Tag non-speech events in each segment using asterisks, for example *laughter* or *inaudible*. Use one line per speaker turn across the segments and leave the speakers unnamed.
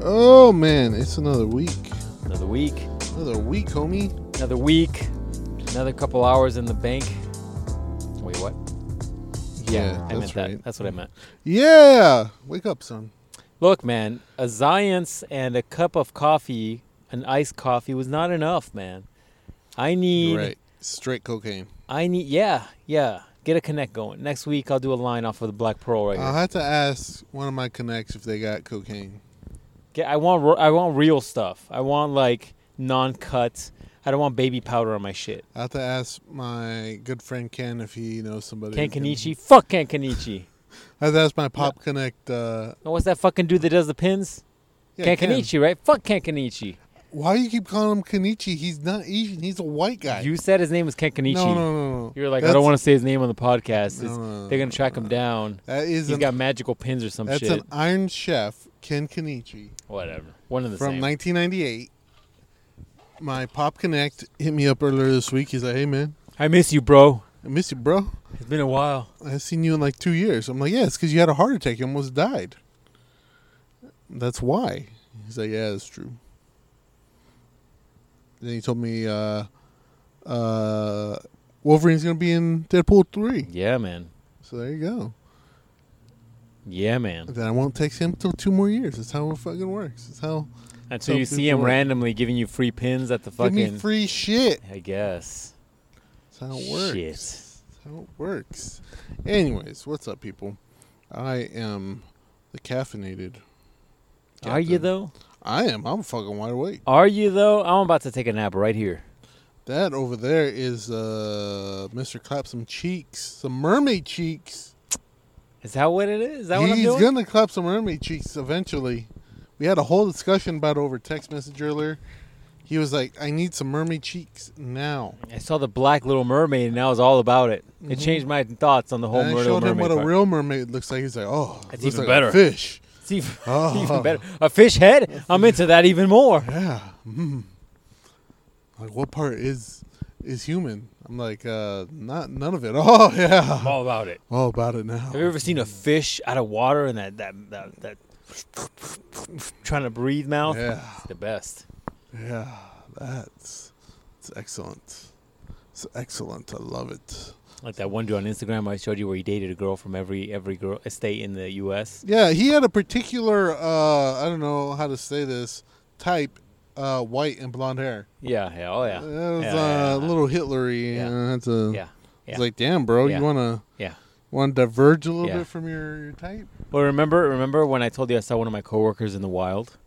Oh man, it's another week.
Another week,
Another week, homie.
another week, another couple hours in the bank. Wait, what? I meant
that's
that.
right.
That's what I meant.
Yeah, wake up, son.
Look, man, a science and a cup of coffee, an iced coffee, was not enough, man. I need,
You're right. Straight cocaine.
I need, yeah, yeah. Get a connect going. Next week, I'll do a line off of the Black Pearl right here.
I'll have to ask one of my connects if they got cocaine.
Get, I want, ro- I want real stuff. I want like non-cut. I don't want baby powder on my shit.
I'll have to ask my good friend Ken if he knows somebody.
Ken
who can-
Kenichi, fuck Ken Kenichi.
I have to ask my Pop Connect. Uh,
No, what's that fucking dude that does the pins?
yeah,
Ken Kenichi, right? Fuck Ken Kenichi.
Why do you keep calling him Kenichi? He's not Asian. He's a white guy.
You said his name was Ken Kenichi.
no, no, no, no.
You're like, I
That's-
don't want to say his name on the podcast.
No,
It's-
no, no,
they're gonna track him down.
That is
He's
an,
got magical pins or some
that's
shit.
an Iron Chef, Ken Kenichi.
Whatever. One of the
from
same.
1998. My Pop Connect hit me up earlier this week. He's like, "Hey man,
I miss you, bro.
I miss you, bro.
It's been a while.
I have seen you in like two years." I'm like, "Yeah, it's because you had a heart attack. You almost died. That's why." He's like, "Yeah, that's true." Then he told me, uh, uh, "Wolverine's gonna be in Deadpool 3.
Yeah, man.
So there you go.
Yeah, man.
Then I won't text him till two more years. That's how it fucking works. That's how.
Until you
So
see him
people-
randomly giving you free pins at the
Give
fucking.
me free shit.
I guess.
That's how it works.
Shit.
That's how it works. Anyways, what's up, people? I am the caffeinated.
Are you
captain.
though?
I am. I'm fucking wide awake.
Are you though? I'm about to take a nap right here.
That over there is uh Mr. Clap some cheeks, some mermaid cheeks.
Is that what it is? Is that what I'm
He's
doing?
gonna clap some mermaid cheeks eventually. We had a whole discussion about it over text message earlier. He was like, "I need some mermaid cheeks now."
I saw the Black Little Mermaid, and I was all about it. It
Mhm.
changed my thoughts on the whole
and I
Little
showed
Mermaid.
him what a
part.
real mermaid looks like. He's like, "Oh,
That's
looks
even
like a
better.
Fish."
It's even, *laughs*
Oh.
even better. A fish head? I'm into that even more.
Yeah. Mm. Like what part is is human? I'm like, uh not none of it. *laughs* Oh
I'm
yeah.
all about it.
All about it now.
Have you ever seen a fish out of water and that that that, that *laughs* trying to breathe mouth?
Yeah.
It's the best.
Yeah. That's it's excellent. It's excellent. I love it.
Like that one dude on Instagram I showed you where he dated a girl from every every girl state in the U.S.
Yeah, he had a particular uh I don't know how to say this type uh white and blonde hair.
Yeah, yeah, oh yeah,
It was
Yeah,
uh,
yeah,
a
yeah.
little Hitlery.
Yeah.
Uh, that's a,
yeah.
It's like, damn, bro,
Yeah.
you wanna
Yeah.
wanna diverge a little
Yeah.
bit from your, your type?
Well, remember remember when I told you I saw one of my coworkers in the wild?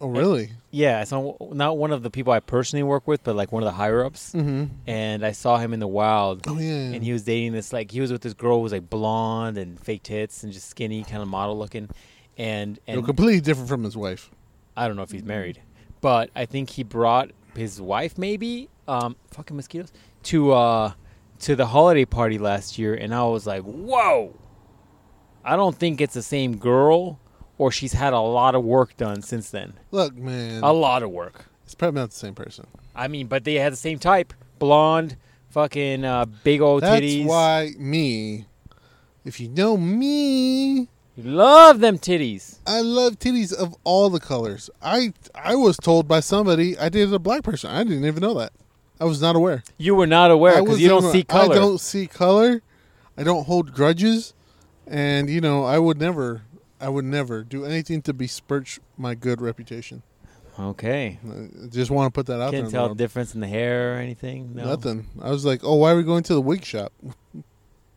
Oh really?
Yeah, I saw not one of the people I personally work with, but like one of the higher ups,
Mm-hmm.
and I saw him in the wild.
Oh yeah.
and he was dating this like he was with this girl who was like blonde and fake tits and just skinny kind of model looking and
No,
and
completely different from his wife.
i don't know if he's married but i think he brought his wife maybe um fucking mosquitoes to uh to the holiday party last year and i was like whoa i don't think it's the same girl or she's had a lot of work done since then
Look, man,
a lot of work
it's probably not the same person.
i mean but they had the same type blonde fucking uh, big old
That's
titties
why me. If you know me,
love them titties
I love titties of all the colors. I I was told by somebody I dated a black person. I didn't even know that. I was not aware.
You were not aware
I
because
was
you don't
not-
see color.
I don't see color. I don't hold grudges, and you know I would never. I would never do anything to besmirch my good reputation.
Okay.
I just want to put that out there. in
Can't
the
tell
world.
difference in the hair or anything. No.
Nothing. I was like, oh, why are we going to the wig shop? *laughs*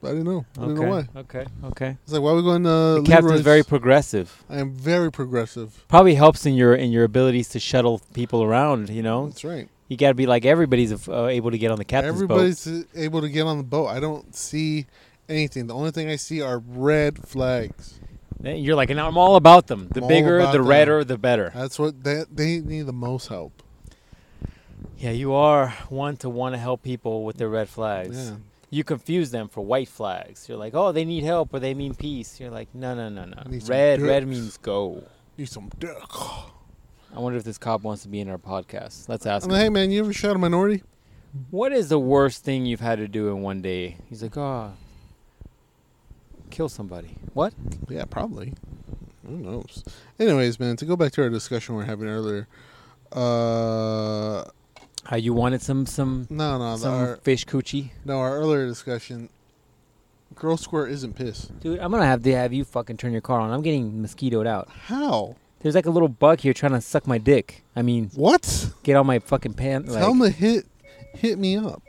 I didn't know. I
Okay.
didn't know why.
Okay. Okay.
It's like, why are we going to
the captain's
Leroy's?
very progressive.
I am very progressive.
Probably helps in your in your abilities to shuttle people around. You know,
That's right.
you got to be like everybody's uh, able to get on the Oh, captain's boat.
Everybody's able to get on the boat. I don't see anything. The only thing I see are red flags.
Then Eh, You're like, and I'm all about them. The
I'm all
bigger,
about
the
them.
redder, the better.
That's what they, they need the most help.
Yeah, you are one to want to help people with their red flags.
Yeah.
You confuse them for white flags. You're like, oh, they need help or they mean peace. You're like, no, no, no, no.
Need some
Red, red
dicks.
means go.
Need some dick.
I wonder if this cop wants to be in our podcast. Let's ask
I'm
him.
like, hey man, you ever shot a minority?
What is the worst thing you've had to do in one day? He's like, oh, kill somebody. What?
Yeah, probably. Who knows? Anyways, man, to go back to our discussion we are having earlier. Uh,
How you wanted some some
no, no, the,
some
our,
fish coochie,
no. Our earlier discussion. Girl Square isn't pissed.
dude? I'm gonna have to have you fucking turn your car on. I'm getting mosquitoed out.
How?
There's like a little bug here trying to suck my dick. I mean,
What?
get on my fucking pants.
Tell
Like,
him to hit hit me up.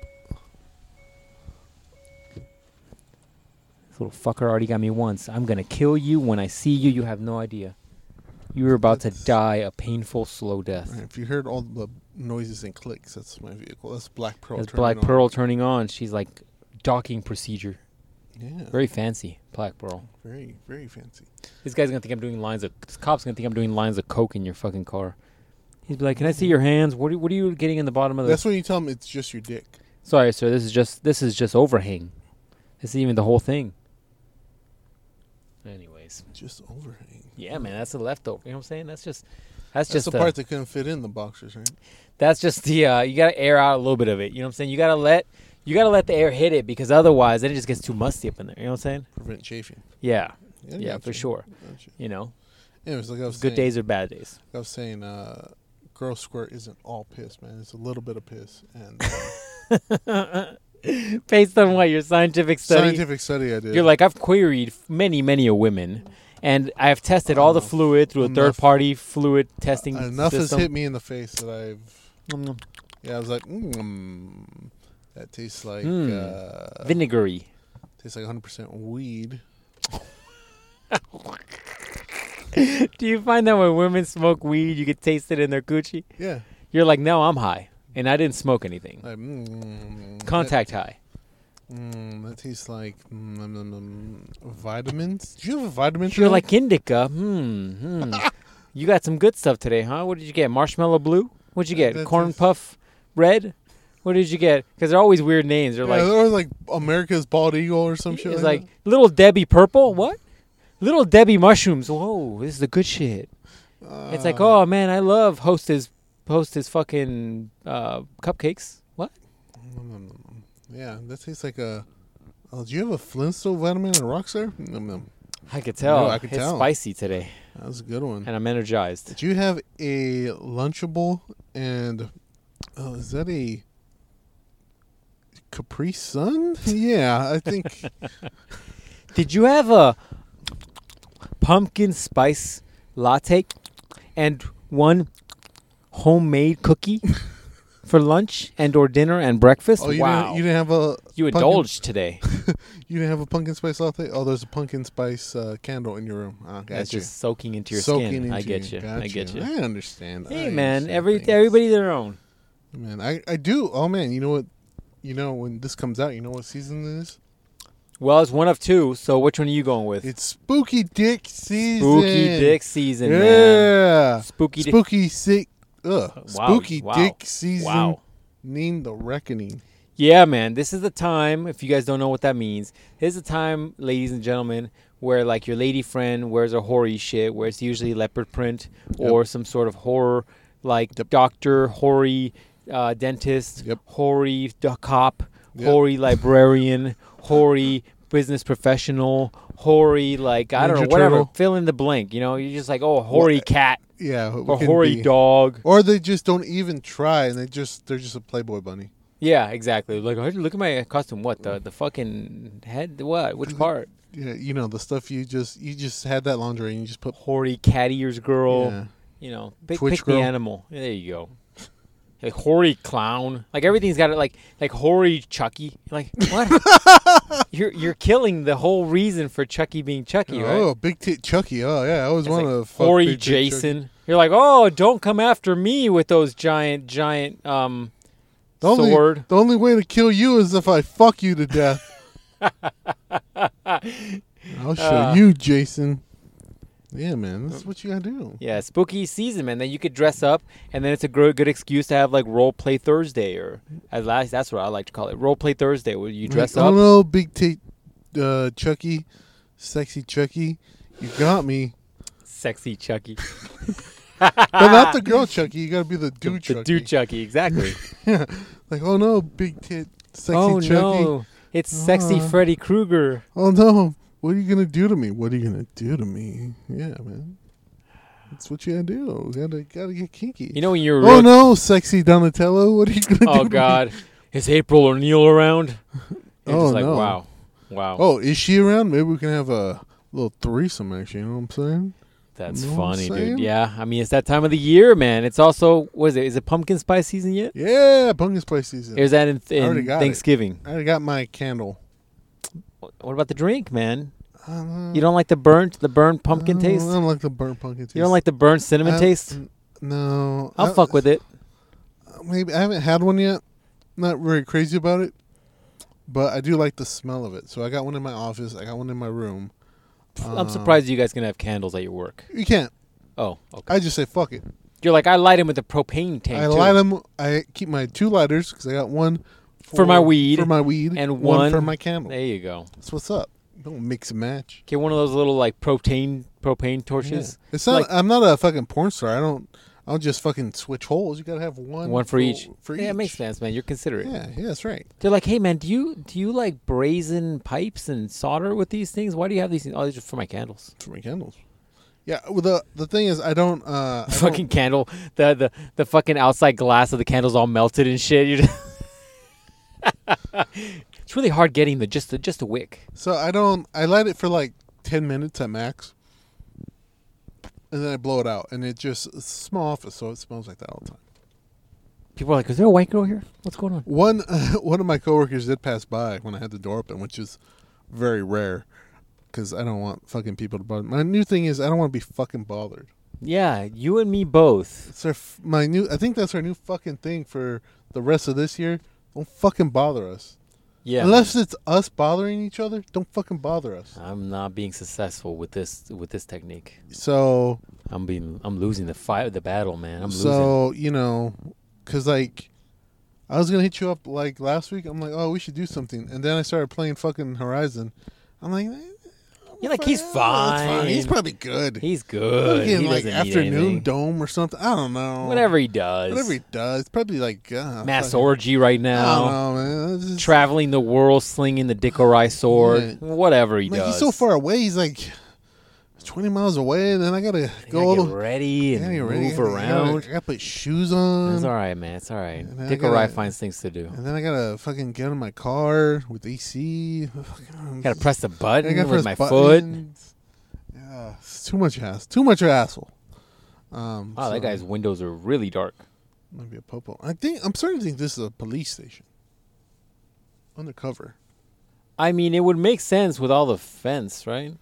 this little fucker already got me once. I'm gonna kill you when I see you. You have no idea. You were about
That's-
to die a painful, slow
All
death.
right, if you heard all the noises and clicks, that's my vehicle. That's Black Pearl.
That's
turning
Black
on.
Pearl turning on. She's like docking procedure.
Yeah. Very,
Very fancy, Black Pearl.
very, very fancy.
This guy's gonna think I'm doing lines of. This cop's gonna think I'm doing lines of coke in your fucking car. He'd be like, "Can I see your hands? What are, what are you getting in the bottom of
That's
this?"
when you tell him it's just your dick.
Sorry, sir. This is just this is just overhang. This is even the whole thing. Anyways,
Just overhang.
yeah, man, that's the leftover. You know what I'm saying? That's just that's,
That's
just
the
the-
part that couldn't fit in the boxers, right?
that's just the uh, you gotta air out a little bit of it. You know what I'm saying? You gotta let you gotta let the air hit it because otherwise, then it just gets too musty up in there. You know what I'm saying?
Prevent chafing.
Yeah,
I
yeah,
got
for
you.
sure.
Got you.
You know,
Anyways, like I was
good
saying,
days or bad days.
I was saying, uh, girl squirt isn't all piss, man. It's a little bit of piss.
*laughs*
And uh,
Based on what your scientific study,
scientific study I did.
You're like, I've queried f- many, many a women, and I've tested all the
Enough.
fluid through a
Enough.
third party fluid testing
enough has
system.
hit me in the face that I've.
Mm,
Yeah, I was like, mm, that tastes like
Hmm.
uh,
Vinegary. *laughs*
tastes like 100% weed.
Do you find that when women smoke weed, you get tasted in their coochie?
Yeah.
You're like, no, I'm high, and I didn't smoke anything.
Like, mm,
Contact high.
That, mm, that tastes like mm, nom, nom, nom, vitamins. Do you have a vitamin? today?
You're like indica. Hmm. hmm. you got some good stuff today, huh? What did you get? Marshmallow blue? What'd you get?
That's-
Corn puff red? What did you get? Because they're always weird names. They're
yeah,
like
they're like America's bald eagle or some shit.
It's
like,
like little Debbie purple. What? Little Debbie mushrooms. Whoa, this is the good shit.
that. Uh,
it's like, oh man, I love Hostess Hostess fucking uh, cupcakes. What?
nom, nom, nom, nom. mm, Yeah, that tastes like a. Oh, do you have a Flintstone vitamin and Rockstar? Nom, nom.
I could tell.
I could
it's
tell.
spicy today,
That was a good one.
and I'm energized.
Do you have a Lunchable and. Oh, is that a. Capri Sun? *laughs* Yeah, I
*laughs*
think.
Did you have a pumpkin spice latte and one homemade cookie *laughs* for lunch and or dinner and breakfast?
oh, you,
wow,
didn't, you didn't have a.
you
pumpkin- *laughs*
indulged today.
You didn't have a pumpkin spice latte? Oh, there's a pumpkin spice uh, candle in your room. Ah, got
That's
you.
just soaking into your skin. I get you.
Got
I get you.
I understand.
Hey
I
man,
understand
every
things.
everybody their own.
Man, I, I do. Oh man, you know what? You know when this comes out, you know what season it is?
Well, it's one of two. So which one are you going with?
It's spooky dick season.
Spooky dick season,
yeah.
man. Spooky dick.
Spooky sick. Ugh.
Wow,
spooky
wow,
dick season.
Wow.
Name the reckoning.
Yeah, man. This is the time. If you guys don't know what that means, this is the time, ladies and gentlemen, where like your lady friend wears a hoary shit, where it's usually leopard print or some sort of horror, like doctor, hoary uh, dentist,
Yep.
hoary d- cop,
Yep.
hoary librarian, hoary business professional, hoary like I don't know
Ninja
whatever.
Turtle.
Fill in the blank. You know, you're just like oh hoary cat
Yeah. it
or
can
hoary
be-
dog.
Or they just don't even try, and they just they're just a Playboy bunny.
Yeah, exactly. Like oh, look at my costume. What the the fucking head? What?
Mm-hmm.
Which part?
Yeah, you know the stuff you just you just had that laundry and you just put.
hoary cat ears girl.
Yeah.
You know, pick,
Twitch
pick
girl.
the animal. There you go. Like hoary clown. Like everything's got it. Like like hoary Chucky. Like
*laughs*
what? you're you're killing the whole reason for Chucky being Chucky, right?
Oh, big tit Chucky. Oh yeah, I always
It's
want
like
to fuck
hoary
big tit Chucky.
Jason. You're like, oh, don't come after me with those giant giant um
The only,
sword.
The only way to kill you is if I fuck you to
*laughs*
death. I'll show
Uh.
you, Jason. Yeah, man, that's what you gotta do.
Yeah, spooky season, man. Then you could dress up, and then it's a gr- good excuse to have like role play Thursday, or at last that's what I like to call it, role play Thursday, where you dress
like, Oh
up.
no, big tit, uh, Chucky, sexy Chucky, you got me. *laughs*
Sexy Chucky,
but not the
*laughs*
girl Chucky. You gotta be the dude
the
Chucky.
dude Chucky, exactly.
like, oh no, big tit, *laughs* sexy
oh
Chucky.
no, it's sexy
Uh.
Freddy Krueger.
Oh no, What are you gonna do to me? What are you gonna do to me? Yeah, man. That's what you gotta do. You gotta gotta get kinky.
You know when you're
oh
real-
no, sexy Donatello. What are you gonna do? *laughs*
oh
to Me?
god, is April O'Neil around? You're
Oh,
just like
no.
wow, wow,
Oh, is she around? Maybe we can have a little threesome action. You know what I'm saying?
that's
know what I'm
funny,
saying?
dude. Yeah, I mean it's that time of the year, man. It's also what is it? Is it pumpkin spice season yet?
Yeah, pumpkin spice season.
Or is that in,
already
in
got it.
Thanksgiving?
I already got my candle.
What about the drink, man?
Uh,
You don't like the burnt, the burnt pumpkin taste.
I don't like the burnt pumpkin taste.
You don't like the burnt cinnamon
Uh, I-
taste.
No,
I'll
I- uh,
fuck with it.
Maybe I haven't had one yet. Not very crazy about it, but I do like the smell of it. So I got one in my office. I got one in my room. Um,
I'm surprised you guys can have candles at your work.
You can't.
Oh, okay.
I just say fuck it.
You're like I light him with a propane tank.
I
too.
light them. I keep my two lighters because I got one
For my weed
for my weed,
and
one,
one-
for my candle.
There you go.
That's what's up. Don't mix and match.
Get one of those little like propane propane torches.
Yeah. It's not.
like-
I'm not a fucking porn star. I don't. I don't just fucking switch holes. You gotta have one.
One for each.
For
yeah, it makes
each.
sense, man. You're considerate.
Yeah, yeah, that's right.
They're like, hey, man, do you do you like brazen pipes and solder with these things? Why do you have these? Things? Oh, these are for my candles.
For my candles. Yeah. Well, the the thing is, I don't. Uh, I don't-
*laughs* fucking candle. The, the the fucking outside glass of the candles all melted and shit. You're just *laughs* it's really hard getting the just the just the wick.
So I don't. I light it for like ten minutes at max, and then I blow it out, and it just it's a small office, so it smells like that all the time.
People are like, is there a white girl here? What's going on?
One *laughs* one of my coworkers did pass by when I had the door open, which is very rare, because I don't want fucking people to bother. My new thing is I don't want to be fucking bothered.
Yeah, you and me both.
It's our f- my new. I think that's our new fucking thing for the rest of this year. Don't fucking bother us.
Yeah.
Unless it's us bothering each other, don't fucking bother us.
I'm not being successful with this with this technique.
So
I'm being I'm losing the fight the battle, man. I'm losing.
so you know, cause like, I was gonna hit you up like last week. I'm like, oh, we should do something, and then I started playing fucking Horizon. I'm like, eh,
You're like, he's
oh, it's fine. He's
fine.
probably good.
He's
Probably
good.
getting,
He
like
doesn't need
afternoon
anything.
dome or something. I don't know.
Whatever he does.
Whatever he does, probably like uh,
Mass
fucking-
orgy right
I
now.
don't know, man. It's just-
traveling the world slinging the Dickorai sword, whatever he
like,
does.
he's so far away. He's like twenty miles away, and then I gotta go.
Go gotta
to-
get ready and
Yeah, you're ready.
move
I gotta- I
around.
gotta, put shoes on.
It's all right, man. It's all right.
And then I
Dickorai
gotta-
finds things to do.
And then I gotta fucking get in my car with *sighs* AC. Fucking-
Gotta press the
I
button
gotta
with
press
my foot.
buttons. Yeah, it's too much ass. Too much asshole. Um,
Oh,
so
that guy's windows are really dark.
might be a popo. I think I'm starting to think this is a police station. Undercover.
I mean, it would make sense with all the fence, right?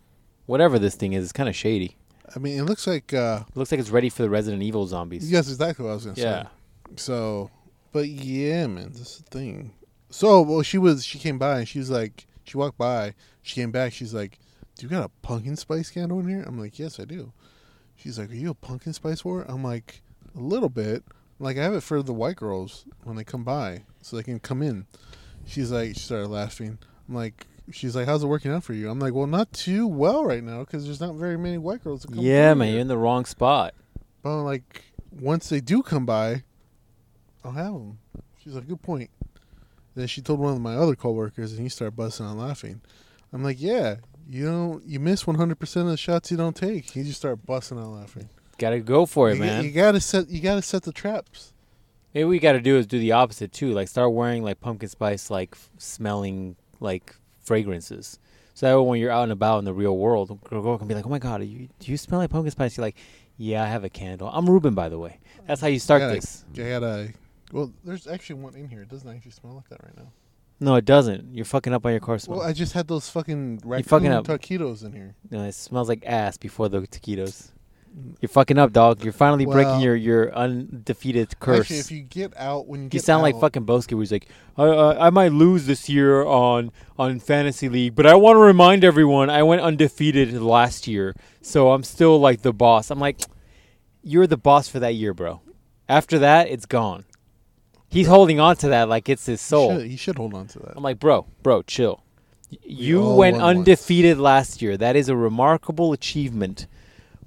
Whatever this thing is, it's kind of shady.
I mean, it looks like uh,
It looks like it's ready for the Resident Evil zombies.
yes, exactly what I was gonna
Yeah.
say. So, but yeah, man, this is the thing. So, well, she was she came by and she was like, she walked by, she came back, she's like, "Do you got a pumpkin spice candle in here?" I'm like, "Yes, I do." She's like, "Are you a pumpkin spice whore?" I'm like, "A little bit." Like I have it for the white girls when they come by, so they can come in. She's like, she started laughing. I'm like, she's like, "How's it working out for you?" I'm like, "Well, not too well right now because there's not very many white girls." That come
Yeah,
through
man,
here."
you're in the wrong spot.
But like, once they do come by, I'll have them. She's like, good point. Then she told one of my other coworkers, and he started busting out laughing. I'm like, yeah, you don't, you miss 100 percent of the shots you don't take. He just started busting out laughing.
Gotta go for it,
you,
man.
you gotta set, you gotta set the traps.
Maybe we got to do is do the opposite too. Like start wearing like pumpkin spice like f- smelling like fragrances. So that way when you're out and about in the real world, a girl can be like, "Oh my god, you, do you smell like pumpkin spice?" You're like, "Yeah, I have a candle. I'm Ruben, by the way." That's how you start
gotta,
this.
You gotta. Well, there's actually one in here. It doesn't actually smell like that right now.
No, it doesn't. You're fucking up on your car smell.
Well, I just had those fucking raccoon
fucking up.
taquitos in here.
no, it smells like ass before the taquitos. You're fucking up, dog. You're finally breaking
Well-
your your undefeated curse.
Actually, if you get out when you
You
get
sound like
out-
fucking Boski, where he's like, I, I, I might lose this year on on fantasy league, but I want to remind everyone I went undefeated last year, so I'm still like the boss. I'm like, you're the boss for that year, bro. After that, it's gone. He's holding on to that like it's his
You
soul.
should, you should hold on to that.
I'm like, bro, bro, chill. Y- You
all
went
won once.
undefeated last year. That is a remarkable achievement.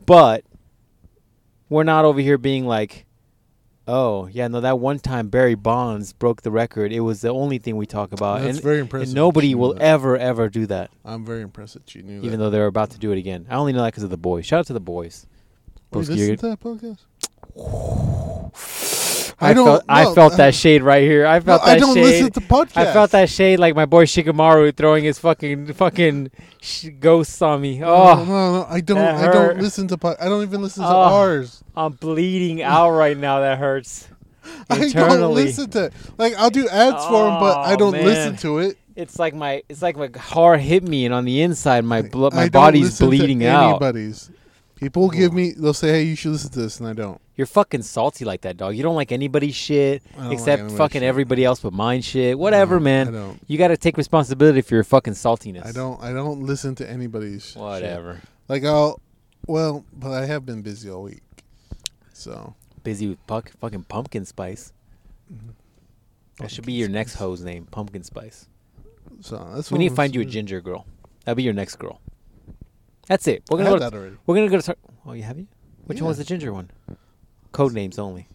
But we're not over here being like, Oh yeah, no. That one time Barry Bonds broke the record. It was the only thing we talk about.
That's
Uh, and,
very
and
impressive. that
nobody
you knew
will
that.
ever ever do that,
I'm very impressed that you knew
even
that.
though they're about to do it again. I only know that because of the boys. Shout out to the boys.
Were you
Broski,
listening
you're-
to that podcast?
*sighs* I,
I don't-
felt, I
no,
felt
I-
that shade right here. I
No,
felt that
I don't
shade.
listen to podcasts.
I felt that shade like my boy Shikamaru throwing his fucking fucking sh- ghosts on me.
No,
Oh,
no, no, I don't.
that
I
hurt.
don't listen to. Pod- I don't even listen to
Oh.
ours. *laughs*
I'm bleeding out right now. That hurts.
I don't
Internally.
listen to. Like I'll do ads for them, but I
Oh,
don't
man.
listen to it.
It's like my it's like my heart hit me, and on the inside, my blo-
I
my
don't
body's
listen
bleeding
to
out.
Anybody's. People give me. They'll say, "Hey, you should listen to this," and I don't.
You're fucking salty like that, dog. You don't like anybody's shit
I don't like
except
anybody's
fucking
shit.
everybody else but mine shit. Whatever,
No, I
man.
don't.
You got to take responsibility for your fucking saltiness.
I don't. I don't listen to anybody's. shit.
Whatever.
Like I'll. Well, but I have been busy all week, so
Busy with puck, fucking pumpkin spice. that should
Mm-hmm.
be
Pumpkin
your next
spice.
hoe's name, pumpkin spice.
so that's.
We
what
need to
I'm
find you a
doing.
ginger girl. That'll be your next girl. That's it. We're
I
gonna
have
go.
that
To,
already.
we're gonna go to. Tar- oh, you have you? Which one was
Yeah.
the ginger one? Code names only.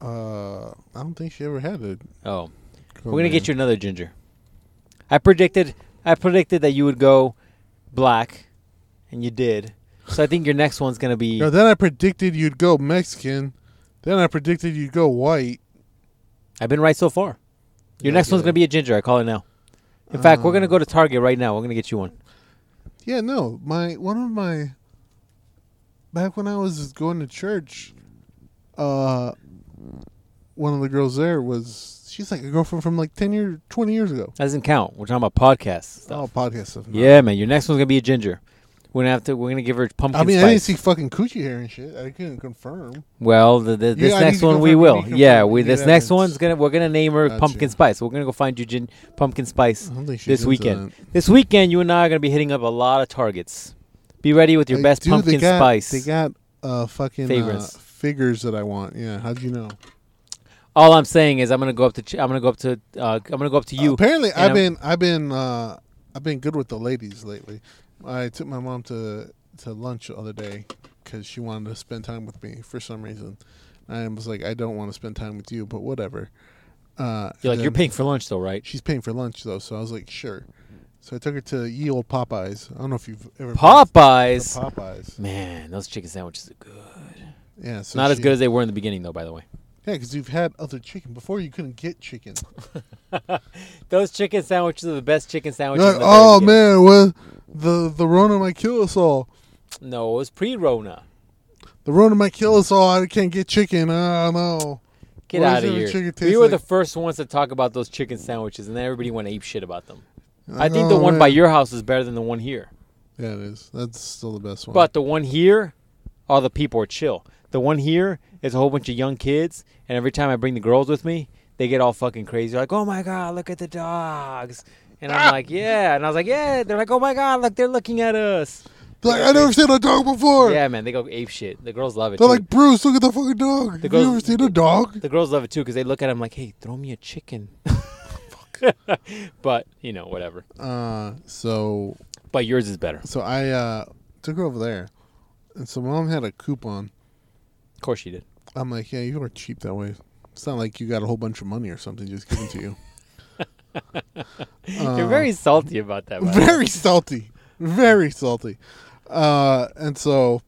Uh, I don't think she ever had it.
Oh, we're gonna get you another ginger. I predicted. I predicted that you would go black, and you did. So I think your next one's gonna be.
Now, then I predicted you'd go Mexican. Then I predicted you'd go white.
I've been right so far. Your
Yeah,
next one's
good.
gonna be a ginger. I call it now. In fact, we're gonna
Uh.
go to Target right now. We're gonna get you one.
Yeah, no. My one of my back when I was going to church, uh one of the girls there was she's like a girlfriend from like ten year twenty years ago.
That doesn't count. We're talking about podcasts.
Oh podcast stuff. no.
Yeah, man. Your next one's gonna be a ginger. We're gonna have to. We're gonna give her pumpkin
I mean I didn't
spice.
see fucking coochie hair and shit. I couldn't confirm.
well, the, the, this
I need
next
to
one we
confirm- I need
will.
to
Yeah,
confirm.
we.
I need
This next
evidence.
one's gonna. We're gonna name her
Gotcha.
pumpkin spice. We're gonna go find you gin, pumpkin spice
I don't think she
this
does uh,
weekend.
that.
This weekend, you and I are gonna be hitting up a lot of targets. Be ready with your
Like,
best
dude,
pumpkin
they got,
spice.
They got uh fucking uh,
Favorites.
figures that I want. Yeah, how'd you know?
All I'm saying is, I'm gonna go up to. Ch- I'm gonna go up to. Uh, I'm gonna go up to you.
Apparently,
and
I've
I'm-
been I've been uh, I've been good with the ladies lately. I took my mom to to lunch the other day because she wanted to spend time with me for some reason. I was like, I don't want to spend time with you, but whatever. Uh,
you're like
and
you're
then
paying for lunch though, right?
She's paying for lunch though, so I was like, sure. So I took her to ye old Popeyes. I don't know if you've ever been to
Popeyes.
Popeyes.
Man, those chicken sandwiches are good.
Yeah, so
Not as
she-
good as they were in the beginning, though. By the way.
yeah, because you've had other chicken before. You couldn't get chicken.
Those chicken sandwiches are the best chicken sandwiches.
You're
in
like,
the
oh
Burger King."
man, well, the the Rona might kill us all.
No, it was pre-Rona.
The Rona might kill us all. I can't get chicken. I don't know.
Get
Why
out
does
of
every
here.
chicken
We
taste
were
like-
the first ones to talk about those chicken sandwiches, and then everybody went ape shit about them. I
Like,
think the
oh,
one by
man.
your house is better than the one here,
Yeah, it is. That's still the best one.
but the one here, all the people are chill. The one here is a whole bunch of young kids, and every time I bring the girls with me, they get all fucking crazy. Like, oh my god, look at the dogs. And
Ah!
I'm like, yeah. And I was like, yeah. They're like, oh my god, look, they're looking at us.
They're like I never seen a dog before.
Yeah, man, they go ape shit. The girls love it.
They're
too.
like Bruce. Look at the fucking dog.
The
Have you
girls-
ever seen a dog?
The girls love it too because they look at him like, "Hey, throw me
*laughs*
a chicken." *laughs* but you know, whatever.
Uh, so
But yours is better.
so I uh took her over there, and so mom had a coupon.
Of course you did.
I'm like, yeah, you are cheap that way. It's not like you got a whole bunch of money or something just given to you.
You're
Uh,
very salty about that. by the way.
very salty, very salty. Uh, and so,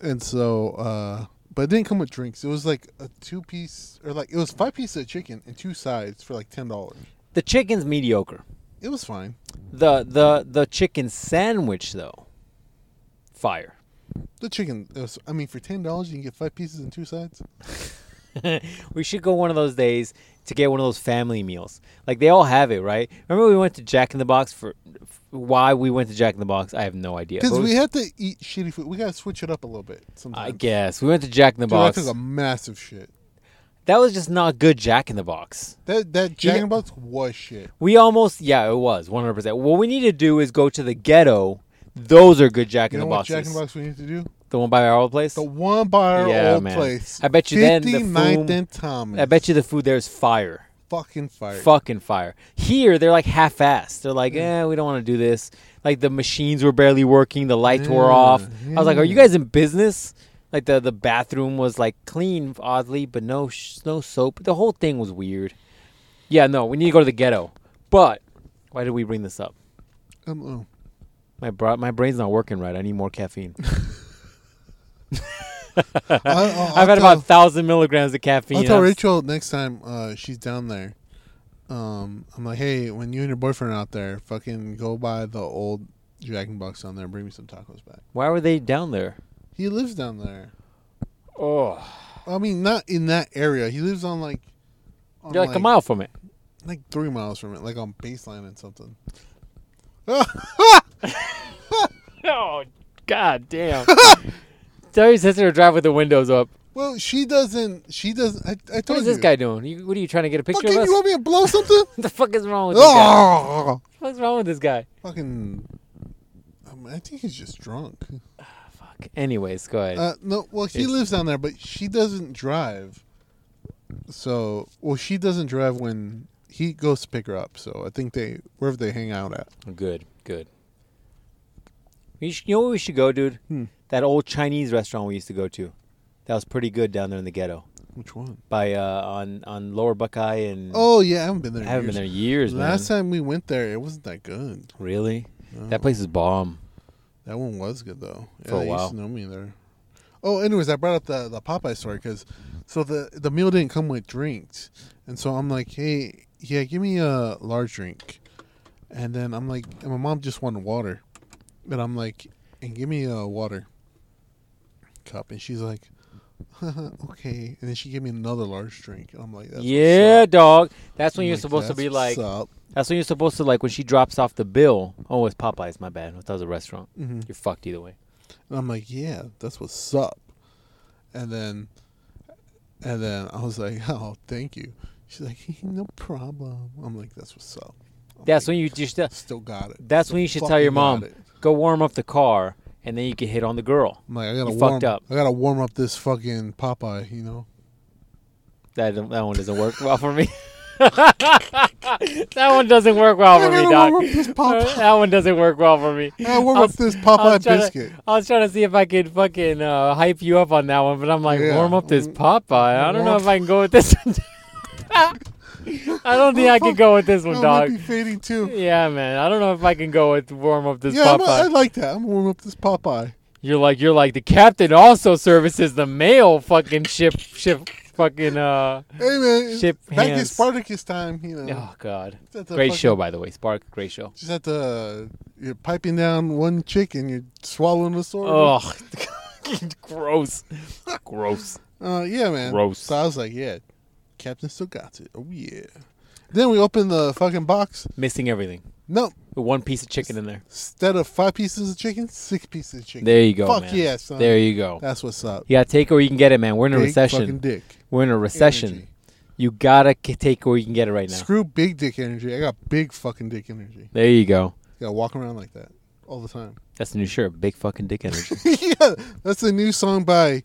and so, uh, but it didn't come with drinks. It was like a two piece, or like it was five pieces of chicken and two sides for like ten dollars.
The chicken's mediocre.
It was fine.
The the the chicken sandwich though, fire. *laughs*
The chicken, it was, I mean, for ten dollars you can get five pieces and two sides.
we should go one of those days to get one of those family meals. Like they all have it, right? Remember we went to Jack in the Box for. f- Why we went to Jack in the Box, I have no idea.
Because
But
we had to eat shitty food. We gotta switch it up a little bit. Sometimes.
I guess we went to Jack in the
Dude, I
Box.
took a massive shit.
That was just not good Jack in the Box.
That that Jack
know-
in the Box was shit.
We almost, yeah, it was 100%. What we need to do is go to the ghetto. Those are good Jack
You
in
know
the
what
Boxes.
Jack in the Box we need to do?
The one by our old place?
The one by our
Yeah,
old
man.
place.
I bet you then the
59th
food-
and Thomas.
I bet you the food there is fire.
fucking fire.
Fucking fire. Here, they're like half assed. They're like, eh, we don't want to do this. Like the machines were barely working, the lights were
Yeah,
off. I was like, are you
yeah.
guys in business? Like the the bathroom was like clean oddly, but no sh- no soap. The whole thing was weird. Yeah, no, we need to go to the ghetto. But why did we bring this up?
Um, oh.
My bra- my brain's not working right. I need more caffeine.
I, will
I've had about thousand milligrams of caffeine.
I'll tell
I'm-
Rachel next time uh, she's down there. Um, I'm like, hey, when you and your boyfriend are out there, fucking go buy the old Dragon Box down there and bring me some tacos back.
Why were they down there?
He lives down there.
Oh,
I mean, not in that area. He lives on like, on
they're like, a mile from it.
like three miles from it, like on baseline and something.
Oh, god damn.
*laughs*
Tell your sister to drive with the windows up.
Well, she doesn't. She doesn't. I, I
What
told
is
you.
this guy doing? You, *laughs* what are you trying to get a picture
Fucking,
of us?
you want me to blow something?
what the fuck is wrong with this guy?
oh,
What's wrong with this guy?
fucking. Um, I think he's just drunk.
Fuck. Anyways, go ahead.
Uh, no, well, he
It's-
lives down there, but she doesn't drive. So, well, she doesn't drive when he goes to pick her up. So I think they wherever they hang out at.
good, good. You, sh- you know what we should go, dude?
Hmm.
That old Chinese restaurant we used to go to. That was pretty good down there in the ghetto.
Which one?
By uh, on on Lower Buckeye and
Oh yeah, I haven't been there.
I
in
haven't
years.
been there in years,
Last Oh.
man.
time we went there, it wasn't that good.
Really?
No.
That place is bomb.
That one was good though. Yeah,
For a
they
while.
used to know me there. Oh, anyways, I brought up the the Popeye story because so the the meal didn't come with drinks, and so I'm like, hey, yeah, give me a large drink, and then I'm like, and my mom just wanted water, and I'm like, and give me a water cup, and she's like. *laughs* okay, and then she gave me another large drink, and I'm like, That's what's
yeah,
up."
dog. That's when
I'm
you're
like,
supposed to
"That's
be
what's
like.
up."
That's when you're supposed to like when she drops off the bill. Oh, it's Popeyes. My bad. That was a restaurant.
Mhm.
You're fucked either way.
And I'm like, yeah, that's what's up. And then, and then I was like, *laughs* oh, thank you. She's like, no problem. I'm like, that's what's up. I'm
That's
like,
when you just
still got it.
that's when you should tell your
Fucking
mom.
got it.
go warm up the car, and then you can hit on the girl.
I'm like, I gotta
You
warm
fucked up.
I gotta warm up this fucking Popeye. You
*laughs*
know,
That that one doesn't work well for me. *laughs* that one doesn't work well
I
for me,
gotta
dog.
warm
*laughs*
up this Popeye.
that one doesn't work well for me.
I gotta warm
I'll
up
s-
this
I'll
Popeye
try to-
biscuit.
I was trying to see if I could fucking uh, hype you up on that one, but I'm like,
Yeah.
warm up this Popeye. I don't know
Warm-
if I can go with this. one. *laughs* I don't think I can go with this one,
I
dog.
might be fading too.
Yeah, man. I don't know if I can go with warm up this
yeah, I'm a,
Popeye.
I like that. I'm gonna warm up this Popeye.
You're like you're like the captain also services the male fucking ship ship fucking uh
Hey man,
Ship
back in
hands.
Spartacus time. You know,
oh god.
Just have to
Great
fucking-
show by the way, Spark, great show.
Just have to uh, you're piping down one chick and you're swallowing the sword.
Ugh *laughs* gross. Gross.
Uh, yeah, man.
Gross.
So I was like, yeah, Captain still got it. Oh yeah. Then we opened the fucking box.
Missing everything.
No,
One piece of chicken in there.
instead of five pieces of chicken, six pieces of chicken.
There you go.
Fuck
man.
yeah, son.
There you go.
That's what's up.
You gotta take it where you can get it, man. We're in a
Big Fucking
recession.
dick.
We're in a recession.
Energy.
You gotta k- take it where you can get it right now.
Screw big dick energy. I got big fucking dick energy.
There you go.
Got to walk around like that all the time. *laughs*
That's the new shirt. Big fucking dick energy.
yeah, that's a new song by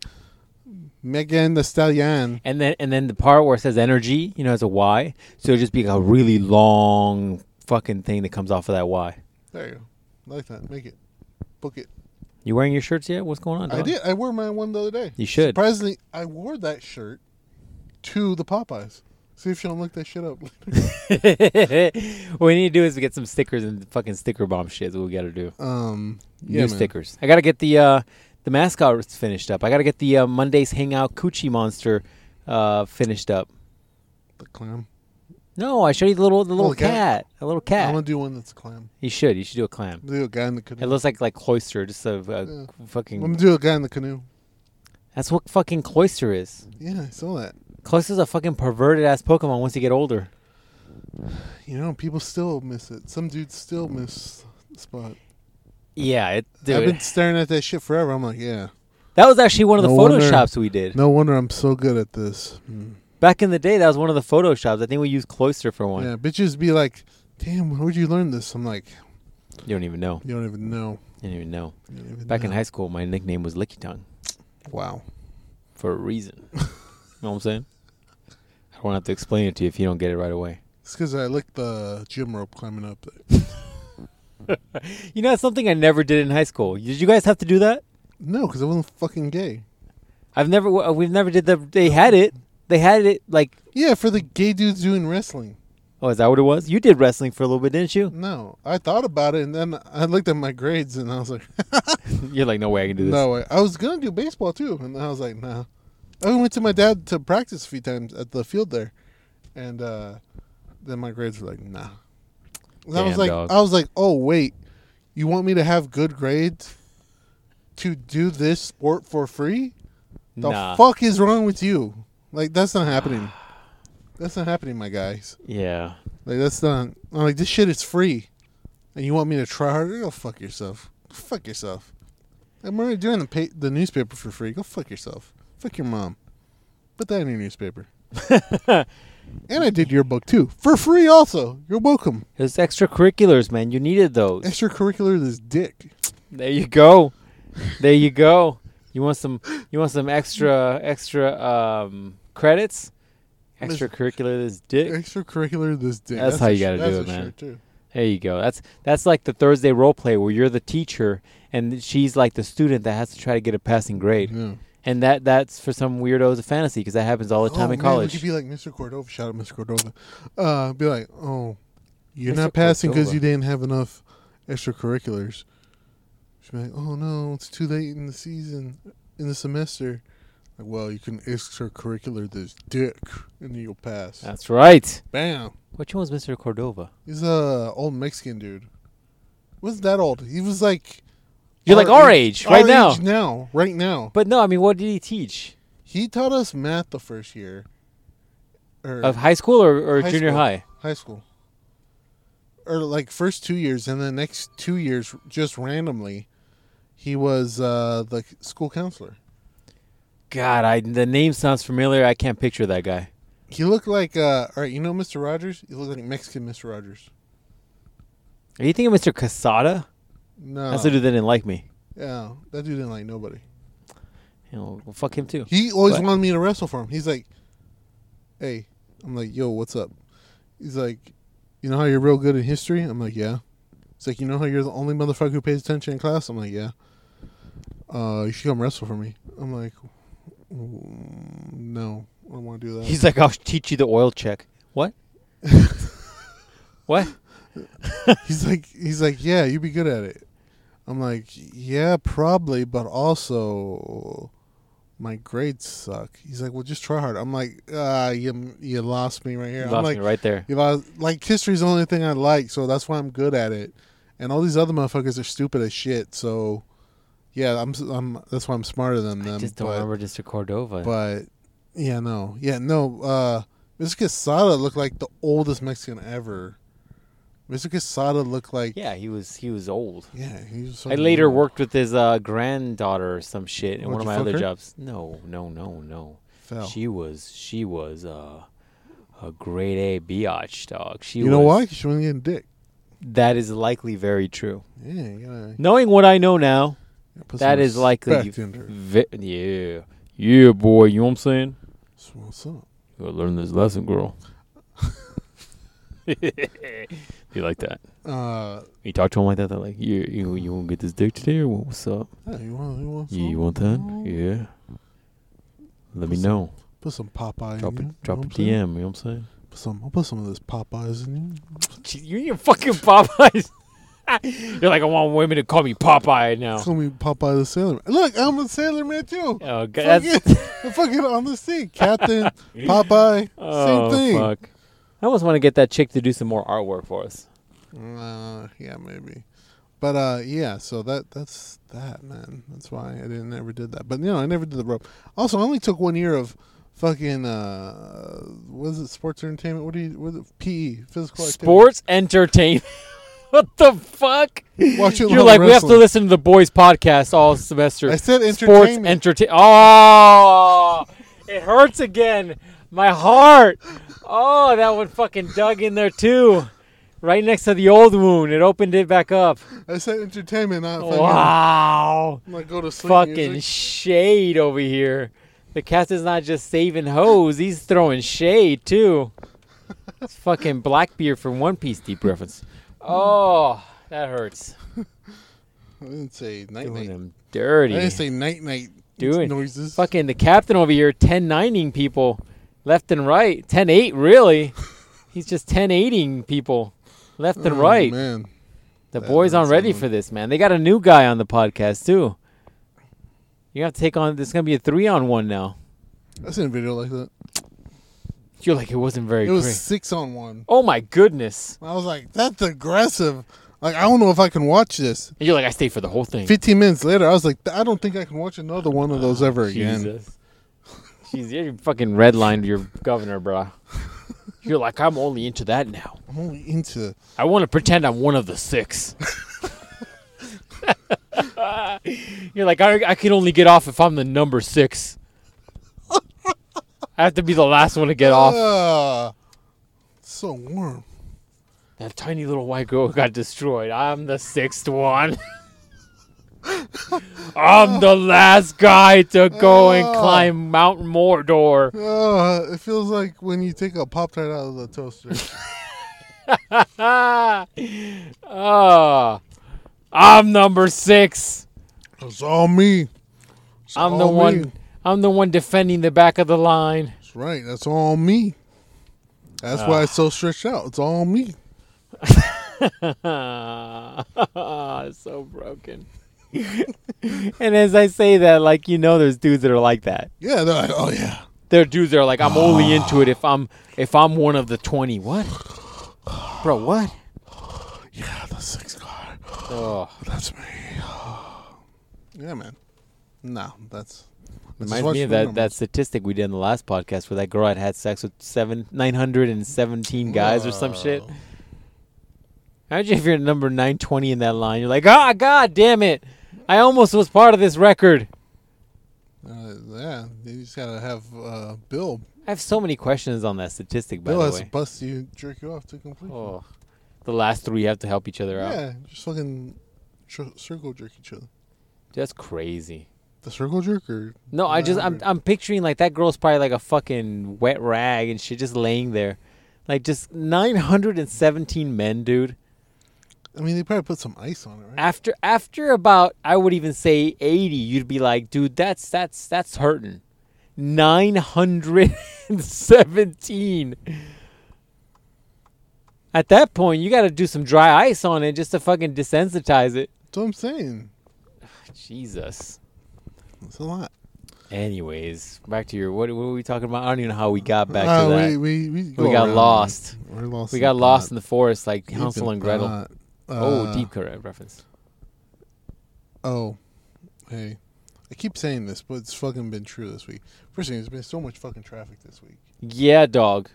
Megan The Stallion.
And then and then the part where it says energy, you know, has a Y. So it'd just be like a really long fucking thing that comes off of that Y.
There you go. I like that. Make it. Book it.
You wearing your shirts yet? What's going on?
I
dog?
did. I wore my one the other day.
You should.
Surprisingly, I wore that shirt to the Popeyes. See if you don't look that shit up.
*laughs*
*laughs*
what we need to do is get some stickers and fucking sticker bomb shit. Is what we got to do.
um,
New stickers. I got to get the uh, the mascot finished up. I got to get the uh, Monday's Hangout Coochie Monster uh, finished up.
The clam.
No, I showed you the little the little
the cat.
cat. A little
I'm
cat.
gonna do one that's a clam.
you should. You should do a clam.
I'm gonna do a guy in the canoe.
It looks like like cloister, just a, a
Yeah. I'm
fucking.
gonna do a guy in the canoe.
That's what fucking cloister is.
Yeah, I saw that.
Cloister's a fucking perverted ass Pokemon once you get older.
You know, people still miss it. Some dudes still miss the spot.
Yeah, it, dude.
I've been staring at that shit forever. I'm like, yeah.
that was actually one of the
No wonder-
photoshops we did.
No wonder I'm so good at this. Mm.
Back in the day, that was one of the photoshops. I think we used Cloister for one.
Yeah, bitches be like, damn, where'd you learn this? I'm like,
You don't even know.
you don't even know.
You don't even know.
You don't even
Back in
know."
high school, my nickname was Licky Tongue
Wow.
for
*laughs*
a reason. you know what I'm saying? I don't have to explain it to you if you don't get it right away.
It's because I licked the gym rope climbing up there.
You know, that's something I never did in high school. Did you guys have to do that?
No, because I wasn't fucking gay.
I've never w- we've never did the. They had it. They had it like.
Yeah, for the gay dudes doing wrestling.
Oh, is that what it was? You did wrestling for a little bit, didn't you?
No, I thought about it, and then I looked at my grades, and I was like,
*laughs*
*laughs*
You're like, no way I can do this.
"No way." I was gonna do baseball too, and then I was like, "Nah." I went to my dad to practice a few times at the field there, and uh, then my grades were like, "Nah." And I was
Damn,
like,
dog.
"I was like, oh wait, you want me to have good grades to do this sport for free? The
nah.
fuck is wrong with you? Like that's not happening. That's not happening, my guys."
Yeah.
Like that's not. I'm like this shit is free, and you want me to try harder? Go fuck yourself. Go fuck yourself. I'm already doing the pa- the newspaper for free. Go fuck yourself. Fuck your mom. Put that in your
*laughs*
newspaper. and I did your book too for free. Also, you're welcome.
It's extracurriculars, man. You needed
*laughs*
those.
Extracurricular is dick.
There you go. There you go. You want some? You want some extra extra um, credits?
Miss-
Extracurricular this dick.
Extracurricular this dick.
That's how
a
you
sh-
gotta do
that's
it,
a
man.
shirt, too.
There you go. That's that's like the Thursday role play where you're the teacher and she's like the student that has to try to get a passing grade.
Yeah.
And that that's for some weirdos a fantasy because that happens all the time
oh, man,
in college.
We could be like Mr. Cordova. Shout out, Mr. Cordova. Uh, be like, oh, you're
Mr.
not passing because
Cordova.
you didn't have enough extracurriculars. She'd be like, oh no, it's too late in the season, in the semester. Like, well, you can extracurricular this dick, and you'll pass.
that's right.
Bam.
Which one was Mr. Cordova?
He's a old Mexican dude. Wasn't that old? He was like,
You're like our age, right now.
age now, right now.
But no, I mean, what did he teach?
He taught us math the first year. Or-
Of high school or, or
High
junior
school.
high?
high school or like first two years and the next two years just randomly he was uh the school counselor
God, I the name sounds familiar. I can't picture that guy.
he looked like uh all right you know mr rogers he looked like mexican mr rogers
Are you thinking Mr. Casada?
no
That's the dude that didn't like me.
yeah that dude didn't like nobody
You know, well, fuck him too.
he always
What?
wanted me to wrestle for him he's like hey i'm like yo what's up he's like you know how you're real good in history i'm like yeah it's like you know how you're the only motherfucker who pays attention in class i'm like yeah uh you should come wrestle for me i'm like "Mm, no i don't want to do that
He's like, I'll teach you the oil check. What? what?
*laughs* he's like he's like yeah you'd be good at it i'm like yeah probably but also my grades suck he's like well just try hard i'm like ah you you lost me right here i'm
Lost
like
me right there.
You know, I- like history's the only thing I like, so that's why I'm good at it. And all these other motherfuckers are stupid as shit. So, yeah, I'm. s- I'm that's why I'm smarter than *laughs* them.
I just don't
but,
remember Mr. Cordova.
But yeah, no, yeah, no. Uh, Mr. Quesada looked like the oldest Mexican ever. Mr. Quesada looked like yeah.
yeah, he was he was old.
he was
I later worked with his uh, granddaughter or some shit in
Would
one of
you
my
fuck
other
her?
jobs. No, no, no, no.
Fell.
She was she was uh, a grade A biatch dog. She
you know
was-
why? 'Cause she wasn't getting dick.
That is likely very true.
Yeah, you gotta,
Knowing what I know now,
put
that
some
is likely
respect into her.
vi- yeah, yeah, boy. You know what I'm saying?
So What's up?
You gotta learn this lesson, girl. *laughs* you like that?
Uh,
You talk to him like that. They're like, you you you won't get this dick today or what- what's up?
yeah, you want you want some?
You, you want that? Yeah. Let me
What's
know.
Put some Popeye.
Drop
in
a
you,
drop
you know what
a
I'm saying?
DM. You know what I'm saying?
Put some, I'll put some of this Popeyes in you.
You and your fucking Popeyes. *laughs* You're like, I want women to call me Popeye *laughs* now.
Call me Popeye the Sailor Man. Look, I'm a Sailor Man too.
Oh, God,
Fucking, *laughs*
that's,
I'm fucking on the sea.
*laughs*
Captain, Popeye,
oh
same thing.
fuck. I almost want to get that chick to do some more artwork for us.
Uh, yeah, maybe. But uh, yeah, so that that's that, man. That's why I didn't ever did that. But you know, I never did the rope. Also, I only took one year of fucking uh, what is it? Sports entertainment? What do you? What is it? PE, physical activity.
Sports entertainment. *laughs* what the fuck?
Watching
You're like, we have to
wrestling.
listen to the boys' podcast all semester.
I said
Sports
entertainment.
entertain. Oh, it hurts again. My heart. Oh, that one fucking dug in there too, right next to the old wound. It opened it back up.
I said entertainment. Not fucking-
Wow,
Like go to sleep.
fucking
music.
shade over here. The cat is not just saving hoes; he's throwing shade too. It's fucking Blackbeard from One Piece. Deep reference. Oh, that hurts.
I didn't say night
Doing
night.
him dirty.
I didn't say night night.
doing?
noises.
Fucking the captain over here, 10-9ing people left and right. 10-8, really. He's just 10-8ing people left and
Oh,
right.
Man,
The
That
boys aren't
does
ready
sound-
for this, man. They got a new guy on the podcast too. You have to take on. There's gonna be a three on one now.
I've seen a video like that.
You're like, it wasn't very.
It was
great.
six on one.
Oh my goodness!
I was like, that's aggressive. Like, I don't know if I can watch this.
And you're like, I stayed for the whole thing.
15 minutes later, I was like, I don't think I can watch another one of those ever again.
Ah, Jesus. Jeez, you're fucking redlined your governor, bruh. You're like, I'm only into that now.
I'm only into.
I want to pretend I'm one of the six. *laughs* You're like, I, I can only get off if I'm the number six. I have to be the last one to get off.
Ah, it's so warm.
That tiny little white girl got destroyed. I'm the sixth one. *laughs* I'm the last guy to go and
Oh.
climb Mount Mordor.
Ah, it feels like when you take a Pop Tart out of the
*laughs*
toaster.
Ah, ah. I'm number six.
it's all me. It's
I'm the
all me.
one. I'm the one defending the back of the line. *laughs*
That's right. That's all me. That's why it's so
Ah.
stretched out. It's all me.
Ah, *laughs* so broken. *laughs* and as I say that, like you know, there's dudes that are like that.
Yeah, they're like, oh yeah.
There are dudes that are like, I'm only into it if I'm if I'm one of the twenty. What, bro? What?
Yeah, the six guy.
Oh,
That's me. *sighs* yeah, man. No, that's. that's just
reminds
watch
me of
the
that,
numbers.
that statistic we did in the last podcast where that girl had had sex with seven nine hundred and seventeen guys or some shit.
Wow.
Imagine if you're number nine twenty in that line. You're like, ah, god damn it! I almost was part of this record.
Uh, yeah, you just gotta have uh, Bill.
I have so many questions on that statistic. By
Bill
the
has
way,
to bust you, jerk you off to completion.
Oh, the last three have to help each other out.
yeah, just fucking tr- circle jerk each other.
That's crazy.
The circle jerk or
No, I just I'm
Elaborate.
I'm picturing like that girl's probably like a fucking wet rag and shit, just laying there, like just 917 men, dude.
I mean, they probably put some ice on it, right?
After after about I would even say 80, you'd be like, dude, that's that's that's hurting. 917. At that point, you got to do some dry ice on it just to fucking desensitize it.
That's what I'm saying.
Jesus.
It's a lot.
Anyways, back to your what, what were we talking about? I don't even know how we got back
Uh,
to that.
We, we, we,
We
go
got
around,
lost.
man. We're lost.
We got
in
lost in
thought.
the forest like
Deep
Hansel
in
and Gretel.
thought.
oh,
Uh,
deep cut reference.
Oh, hey. I keep saying this, but it's fucking been true this week. First thing, there's been so much fucking traffic this week.
Yeah, dog.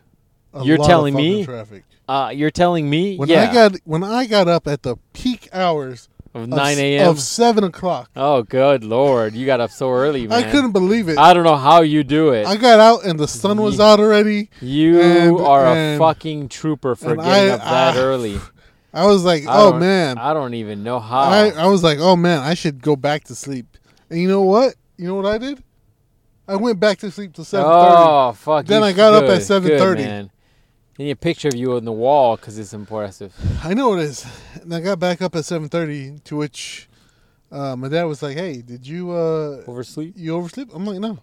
A
You're
lot of
telling
fucking
me?
traffic.
Uh, you're telling me?
When
yeah.
I got when I got up at the peak hours
of
of
9
s-
a.m.
of seven o'clock,
oh, good lord, you got up so early, man.
I couldn't believe it. I,
I don't know how you do it.
got out and the sun was
Ye-
out already.
you
and-
are a
and-
fucking trooper for
and
getting
I-
up that
I-
early.
I was like,
I
oh
don't-
man.
I don't even know how.
I, I was like, oh man, I should go back to sleep. And you know what? You know what I did? I went back to sleep till seven thirty.
oh fuck!
Then
you-
I got up at
good, good,
7:30.
man. I Need a picture of you on the wall because it's impressive.
I know it is. And I got back up at seven thirty. To which uh, my dad was like, "Hey, did you uh,
Oversleep.
you oversleep?" I'm like, "No."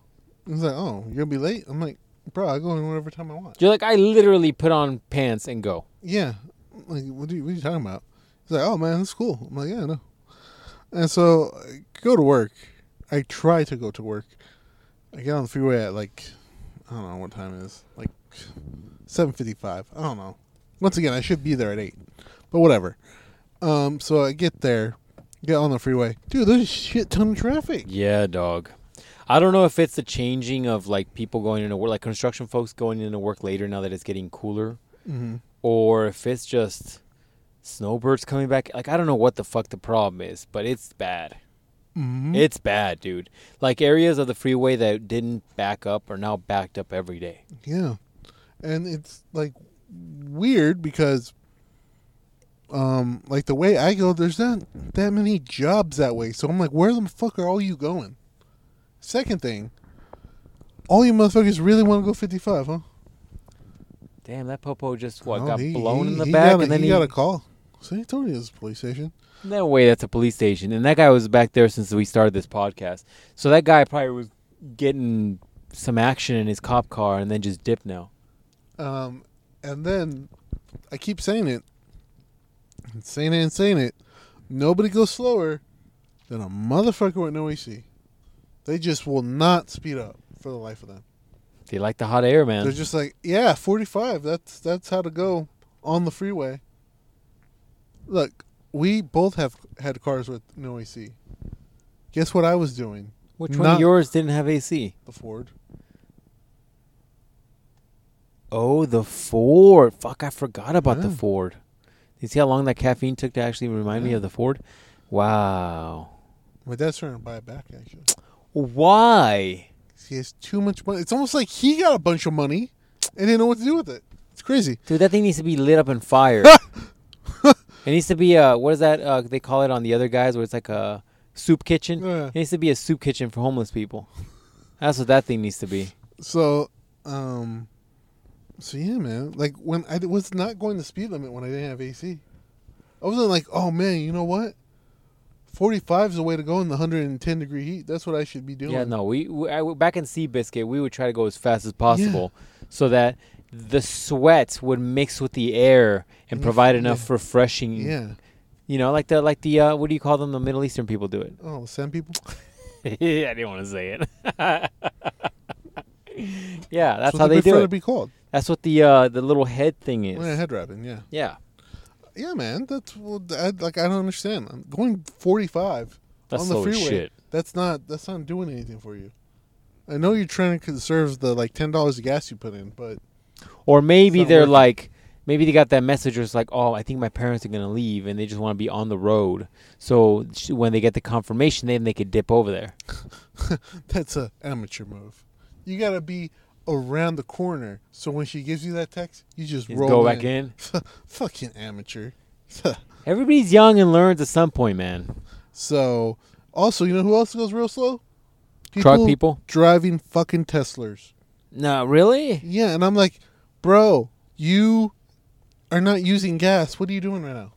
He's like, "Oh, you're gonna be late." I'm like, "Bro, I go in whatever time I want."
You're like I literally put on pants and go.
Yeah. I'm Like, what are you, what are you talking about? He's like, "Oh man, it's cool." I'm like, "Yeah, I know." And so I go to work. I try to go to work. I get on the freeway at like I don't know what time it is, like seven fifty five. I don't know. Once again, I should be there at eight, but whatever. Um, so I get there, get on the freeway, dude. There's a shit ton of traffic.
Yeah, dog. I don't know if it's the changing of like people going into work, like construction folks going into work later now that it's getting cooler,
Mm-hmm.
or if it's just snowbirds coming back. Like I don't know what the fuck the problem is, but it's bad.
Mm-hmm.
It's bad, dude. Like areas of the freeway that didn't back up are now backed up every day.
Yeah, and it's like weird because, um, like the way I go, there's not that many jobs that way. So I'm like, where the fuck are all you going? Second thing, all you motherfuckers really want to go 55, huh?
Damn, that popo just what
No,
got
he-
blown
he-
in the
he
back
got a-
and then
he,
he,
got a call. San Antonio's a police station.
No way, that's a police station. And that guy was back there since we started this podcast. So that guy probably was getting some action in his cop car and then just dipped now.
Um, and then I keep saying it, and saying it, and saying it. Nobody goes slower than a motherfucker with no AC. They just will not speed up for the life of them.
They like the hot air, man.
They're just like, yeah, 45. That's that's how to go on the freeway. Look, we both have had cars with no AC. Guess what I was doing?
Which one of
not-
yours didn't have AC?
The Ford.
Oh, the Ford. Fuck, I forgot about the
Yeah.
Ford. You see how long that caffeine took to actually remind me
Yeah.
of the Ford? Wow.
My dad's trying to buy it back actually.
Why?
He has too much money. It's almost like he got a bunch of money and didn't know what to do with it. It's crazy.
Dude, that thing needs to be lit up
*laughs*
and fired. it needs to be uh, what is that? Uh, they call it on the other guys where it's like a soup kitchen.
Yeah.
It needs to be a soup kitchen for homeless people. That's what that thing needs to be.
So, um, so yeah, man. Like when I was not going the speed limit when I didn't have AC, I wasn't like, oh man, you know what? Forty five is the way to go in the hundred and ten degree heat. That's what I should be doing.
Yeah, no, we, we I, back in Seabiscuit, we would try to go as fast as possible so that the sweat would mix with the air and
Mm,
provide enough
yeah.
refreshing.
Yeah.
You know, like the like the uh, what do you call them? The Middle Eastern people do it. *laughs*
Oh, sand people.
I didn't want to say it. *laughs* yeah, that's
what
how they
prefer
do
To
it.
be called.
That's what the uh, the little head thing is.
Yeah, head routing. Yeah.
Yeah,
Yeah, man. That's well, I, like I don't understand. I'm going forty five.
that's
on the
slow as
freeway.
shit.
That's not that's not doing anything for you. I know you're trying to conserve the like ten dollars of gas you put in, but *laughs*
Or maybe
not
they're
working.
like, maybe they got that message where it's like, oh, I think my parents are going to leave and they just want to be on the road. So sh- when they get the confirmation, then they could dip over there.
That's a amateur move. You gotta be around the corner, so when she gives you that text, you just
Just
roll
go
*laughs*
back in.
Fucking amateur. *laughs*
Everybody's young and learns at some point, man.
so, also, you know who else goes real slow?
Truck people?
driving fucking Teslas.
No, really?
Yeah, and I'm like, bro, you are not using gas. What are you doing right now?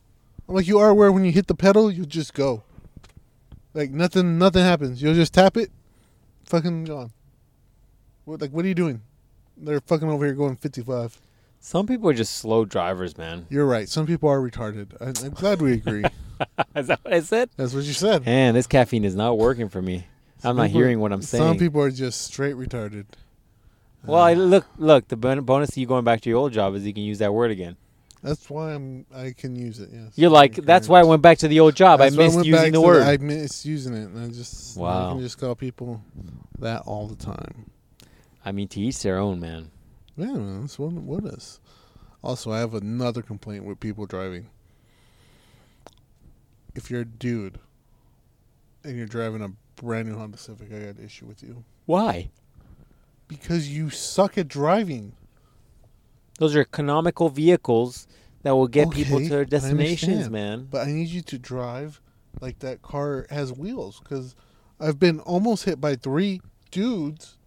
I'm like, you are aware when you hit the pedal, you just go. Like nothing, nothing happens. You'll just tap it, fucking gone. What, like, what are you doing? They're fucking over here going 55.
Some people are just slow drivers, man.
You're right. Some people are retarded. I, I'm glad we agree.
*laughs* is that what I said?
That's what you said.
Man, this caffeine is not working for me. I'm
Some
not
people-
hearing what I'm saying.
Some people are just straight retarded.
well, I, look, look. The bon- bonus to you going back to your old job is you can use that word again.
That's why I'm. I can use it. Yes.
You're like, that's why I went back to the old job.
That's
I
why
missed
went
using
back
the
to
word.
I missed using it, and I just now
Wow.
I can just call people that all the time.
I mean, to each their own, man.
Yeah, man. That's what what is. Also, I have another complaint with people driving. If you're a dude and you're driving a brand new Honda Civic, I got an issue with you
Why?
because you suck at driving.
Those are economical vehicles that will get people
Okay,
to their
I
destinations,
understand.
man.
But I need you to drive like that car has wheels because I've been almost hit by three dudes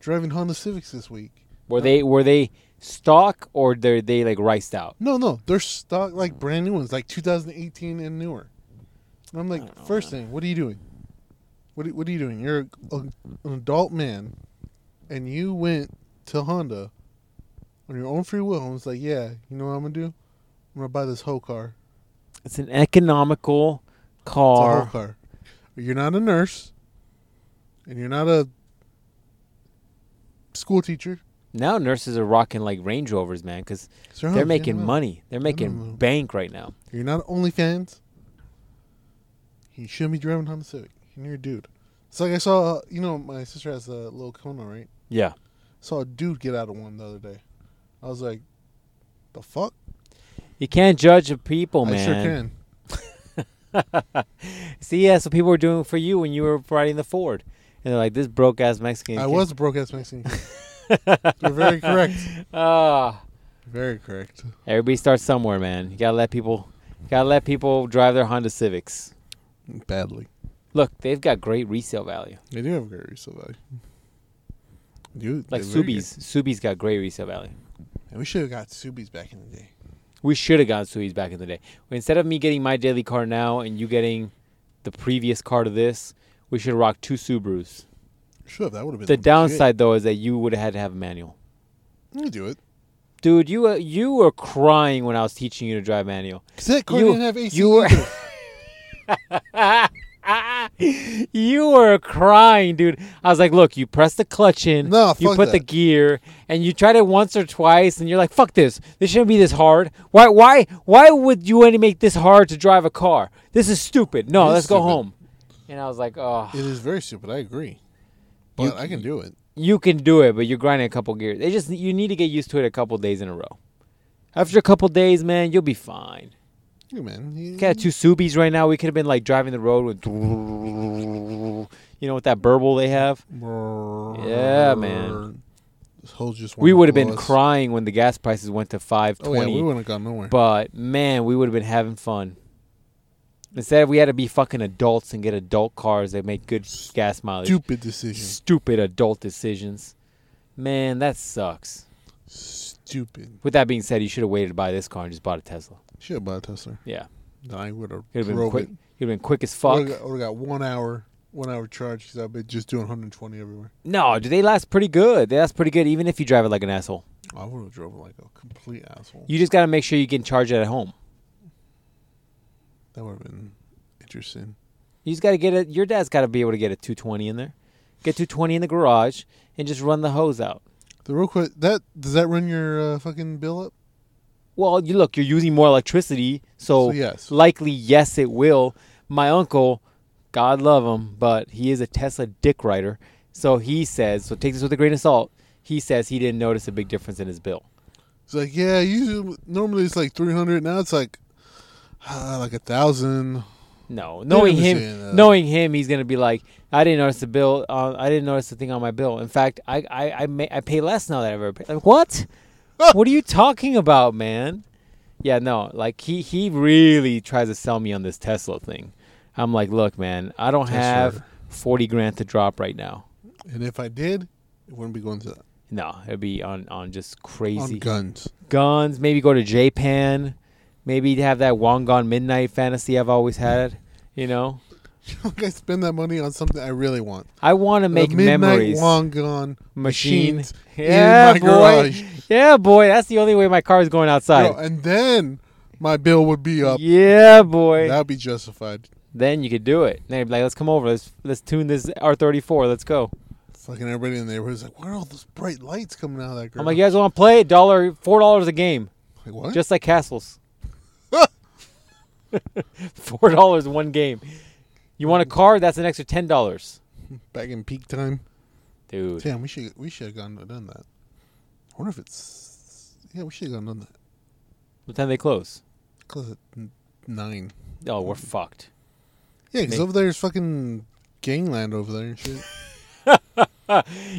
driving Honda Civics this week.
Were they were they stock or they they like riced out?
No, no, they're stock like brand new ones, like 2018 and newer. And I'm
I don't
like,
know,
first thing, what are you doing? What are, what are you doing? You're a, an adult man, and you went to Honda on your own free will and was like, yeah, you know what I'm gonna do? I'm gonna buy this whole car.
It's an economical
It's a
car.
whole car. You're not a nurse, and you're not a school teacher.
Now nurses are rocking like Range Rovers, man, because
So
they're
yeah,
making
no.
money. They're making
know.
bank right now.
You're not OnlyFans. You shouldn't be driving Honda Civic. And you're a dude. It's like I saw, uh, you know, my sister has a little Kona, right?
Yeah.
saw a dude get out of one the other day. I was like, the fuck?
You can't judge the people,
I sure
Oh, man.
can.
See, yeah, so people were doing it for you when you were riding the Ford. And they're like, this broke ass Mexican.
I
kid-
was a broke ass Mexican.
*laughs*
kid. You're very correct.
Ah.
Very correct.
Everybody starts somewhere, man. You gotta let people, gotta let people drive their Honda Civics.
Badly.
Look, they've got great resale value.
They do have great resale value. Dude,
Like
they're very
Subies, Subies got great resale value.
good. And we should have got Subies back in the day.
We should have gone Sui's back in the day. Instead of me getting my daily car now and you getting the previous car to this, we should rock two Subarus.
Sure, that would have been
The
legit.
downside though is that you would have had to have a manual.
You do it.
Dude, you uh, you were crying when I was teaching you to drive manual.
Cause that car
You-
didn't have AC.
you were-
either.
*laughs* you were crying, dude. I was like, look, you press the clutch in,
No,
you
fuck
put the
that.
gear, and you tried it once or twice, and you're like, fuck this. This shouldn't be this hard. Why why why would you want to make this hard to drive a car? This is stupid. No,
It is
let's go
stupid.
home. And I was like, oh,
it is very stupid. I agree, but I can do it.
you can do it, but you're grinding a couple gears. They just you need to get used to it a couple days in a row. After a couple days, man, you'll be fine.
Yeah, man. You-
Got two Subies right now. We could have been like driving the road with, you know, with that burble they have. Yeah, man.
This hole's just
We
wanna
would have
blow
been
us.
crying when the gas prices went to five
Oh yeah,
twenty.
we wouldn't have gone nowhere.
but man, we would have been having fun. Instead, we had to be fucking adults and get adult cars that make good gas mileage.
Stupid decision.
Stupid adult decisions. Man, that sucks.
Stupid.
With that being said, you should have waited to buy this car and just bought a Tesla.
Should have bought a Tesla.
Yeah,
Then I would have
you'd have been
drove
quick.
it.
You'd have been quick as fuck.
Would have got, would've got one hour, one hour charge because I've been just doing 120 everywhere.
No, do they last pretty good? They last pretty good, even if you drive it like an asshole.
I would have drove like a complete asshole.
You just got to make sure you can charge it at home.
that would have been interesting.
You just got to get it. Your dad's got to be able to get a 220 in there. Get 220 in the garage and just run the hose out.
The real quick that does that run your uh, fucking bill up?
Well, you look, you're using more electricity,
So,
so,
yes.
likely yes it will. My uncle, God love him, but he is a Tesla dick rider. So he says, so take this with a grain of salt. He says he didn't notice a big difference in his bill.
It's like yeah, usually normally it's like 300. Now it's like uh, like a thousand.
No, knowing
never
him,
saying that.
knowing him, he's gonna be like, I didn't notice the bill. Uh, I didn't notice the thing on my bill. In fact, I I I, may, I pay less now than I ever paid. Like
*laughs*
what? what are you talking about, man? Yeah, no, like he he really tries to sell me on this Tesla thing. I'm like, look, man, I don't
Tesla.
have forty grand to drop right now.
And if I did, it wouldn't be going to
No, it'd be on on just
on
crazy
guns. *laughs*
guns. Maybe go to Japan. Maybe have that Wangon Midnight fantasy I've always had. You know.
like I spend that money on something I really want.
I want to
A
make
midnight
memories.
long gone
machine.
machines
Yeah,
in my
boy.
garage.
Yeah, boy. That's the only way my car is going
Yo,
outside.
and then my bill would be up.
Yeah, boy.
That'd be justified.
then you could do it. Then you'd be like, let's come over. Let's let's tune this R34. Let's go.
Fucking everybody in the neighborhood is like, "Where are all those bright lights coming out of that girl?"
I'm like, you guys want to play? Dollar, four dollars a game,
Like, what?
just
*laughs*
like castles. *laughs* four dollars one game. You want a car? That's an extra ten dollars,
back in peak time.
dude.
Damn, we should we should have gone and done that. I wonder if it's yeah, we should have gone and done that.
What time they close?
Close at n- nine.
Oh, we're fucked.
Yeah, because
May-
over there's fucking gangland over there and shit.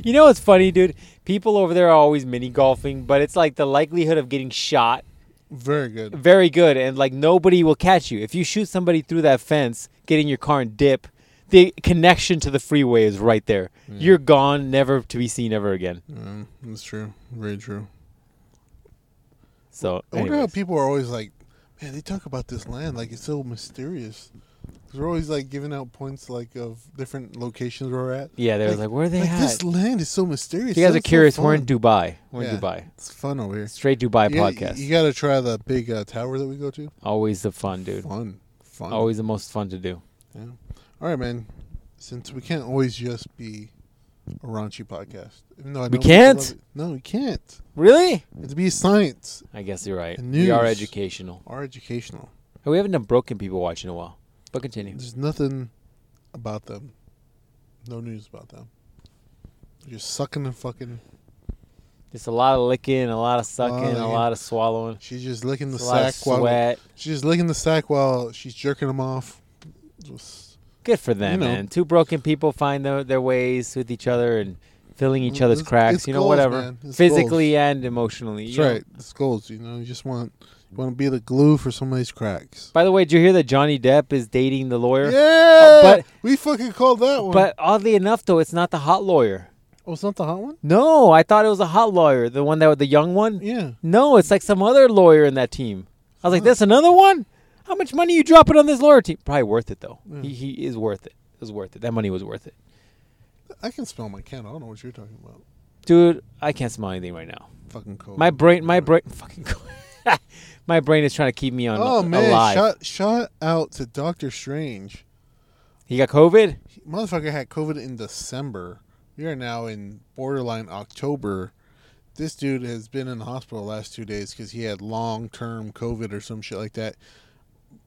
You know what's funny, dude? People over there are always mini golfing, but it's like the likelihood of getting shot
Very good.
very good and like nobody will catch you if you shoot somebody through that fence get in your car and dip the connection to the freeway is right there you're gone never to be seen ever again
Yeah, that's true. Very true.
so
I wonder how
anyways.
people are always like, man, they talk about this land like it's so mysterious. they we're always like giving out points like of different locations we're at.
yeah they were
like-
like where are they
like
at
this land is so mysterious.
if you guys are
That's so
curious we're in
fun.
dubai we're
Yeah.
in dubai
It's fun over here.
straight dubai
You gotta-
podcast
You, got to try the big uh, tower that we go to.
always the fun dude
Fun, fun.
always the most fun to do
Yeah. All right, man. Since we can't always just be a raunchy podcast, even though I know
We
people
can't?
love it. No, we can't.
really
It's be science
i guess you're right
The
we are
news.
educational
or educational.
Hey, we haven't done broken people watch in a while but continue
There's nothing about them. No news about them. They're just sucking and fucking.
just a lot of licking a lot of sucking a
licking.
lot of swallowing
She's just licking the
a lot of
sack while
sweat
she's just licking the sack while she's jerking them off. Just,
Good for them,
You know.
man. Two broken people find their, their ways with each other and filling each
Mm,
other's
it's-
cracks.
it's
you know,
goals,
whatever,
man. It's
physically and emotionally.
that's
you know.
right. It's goals. You know, you just want you want to be the glue for somebody's cracks.
By the way, did you hear that Johnny Depp is dating the lawyer?
Yeah,
Oh, but-
we fucking called that one.
But oddly enough, though, it's not the hot lawyer.
oh, it's not the hot one.
No, I thought it was a hot lawyer, the one that was the young one.
Yeah,
No, it's like some other lawyer in that team. I was like, that's another one. How much money you dropping on this loyalty? Probably worth it though.
Yeah.
He, he is worth it. It was worth it. That money was worth it,
I can smell my candle. I don't know what you're talking about.
dude. I can't smell anything right now.
Fucking cold.
My brain, my brain, *laughs* fucking, my brain is trying to keep me on
Oh man!
alive.
Shout, shout out to Doctor Strange.
he got COVID.
He- motherfucker had COVID in December. We are now in borderline October. This dude has been in the hospital the last two days because he had long term COVID or some shit like that.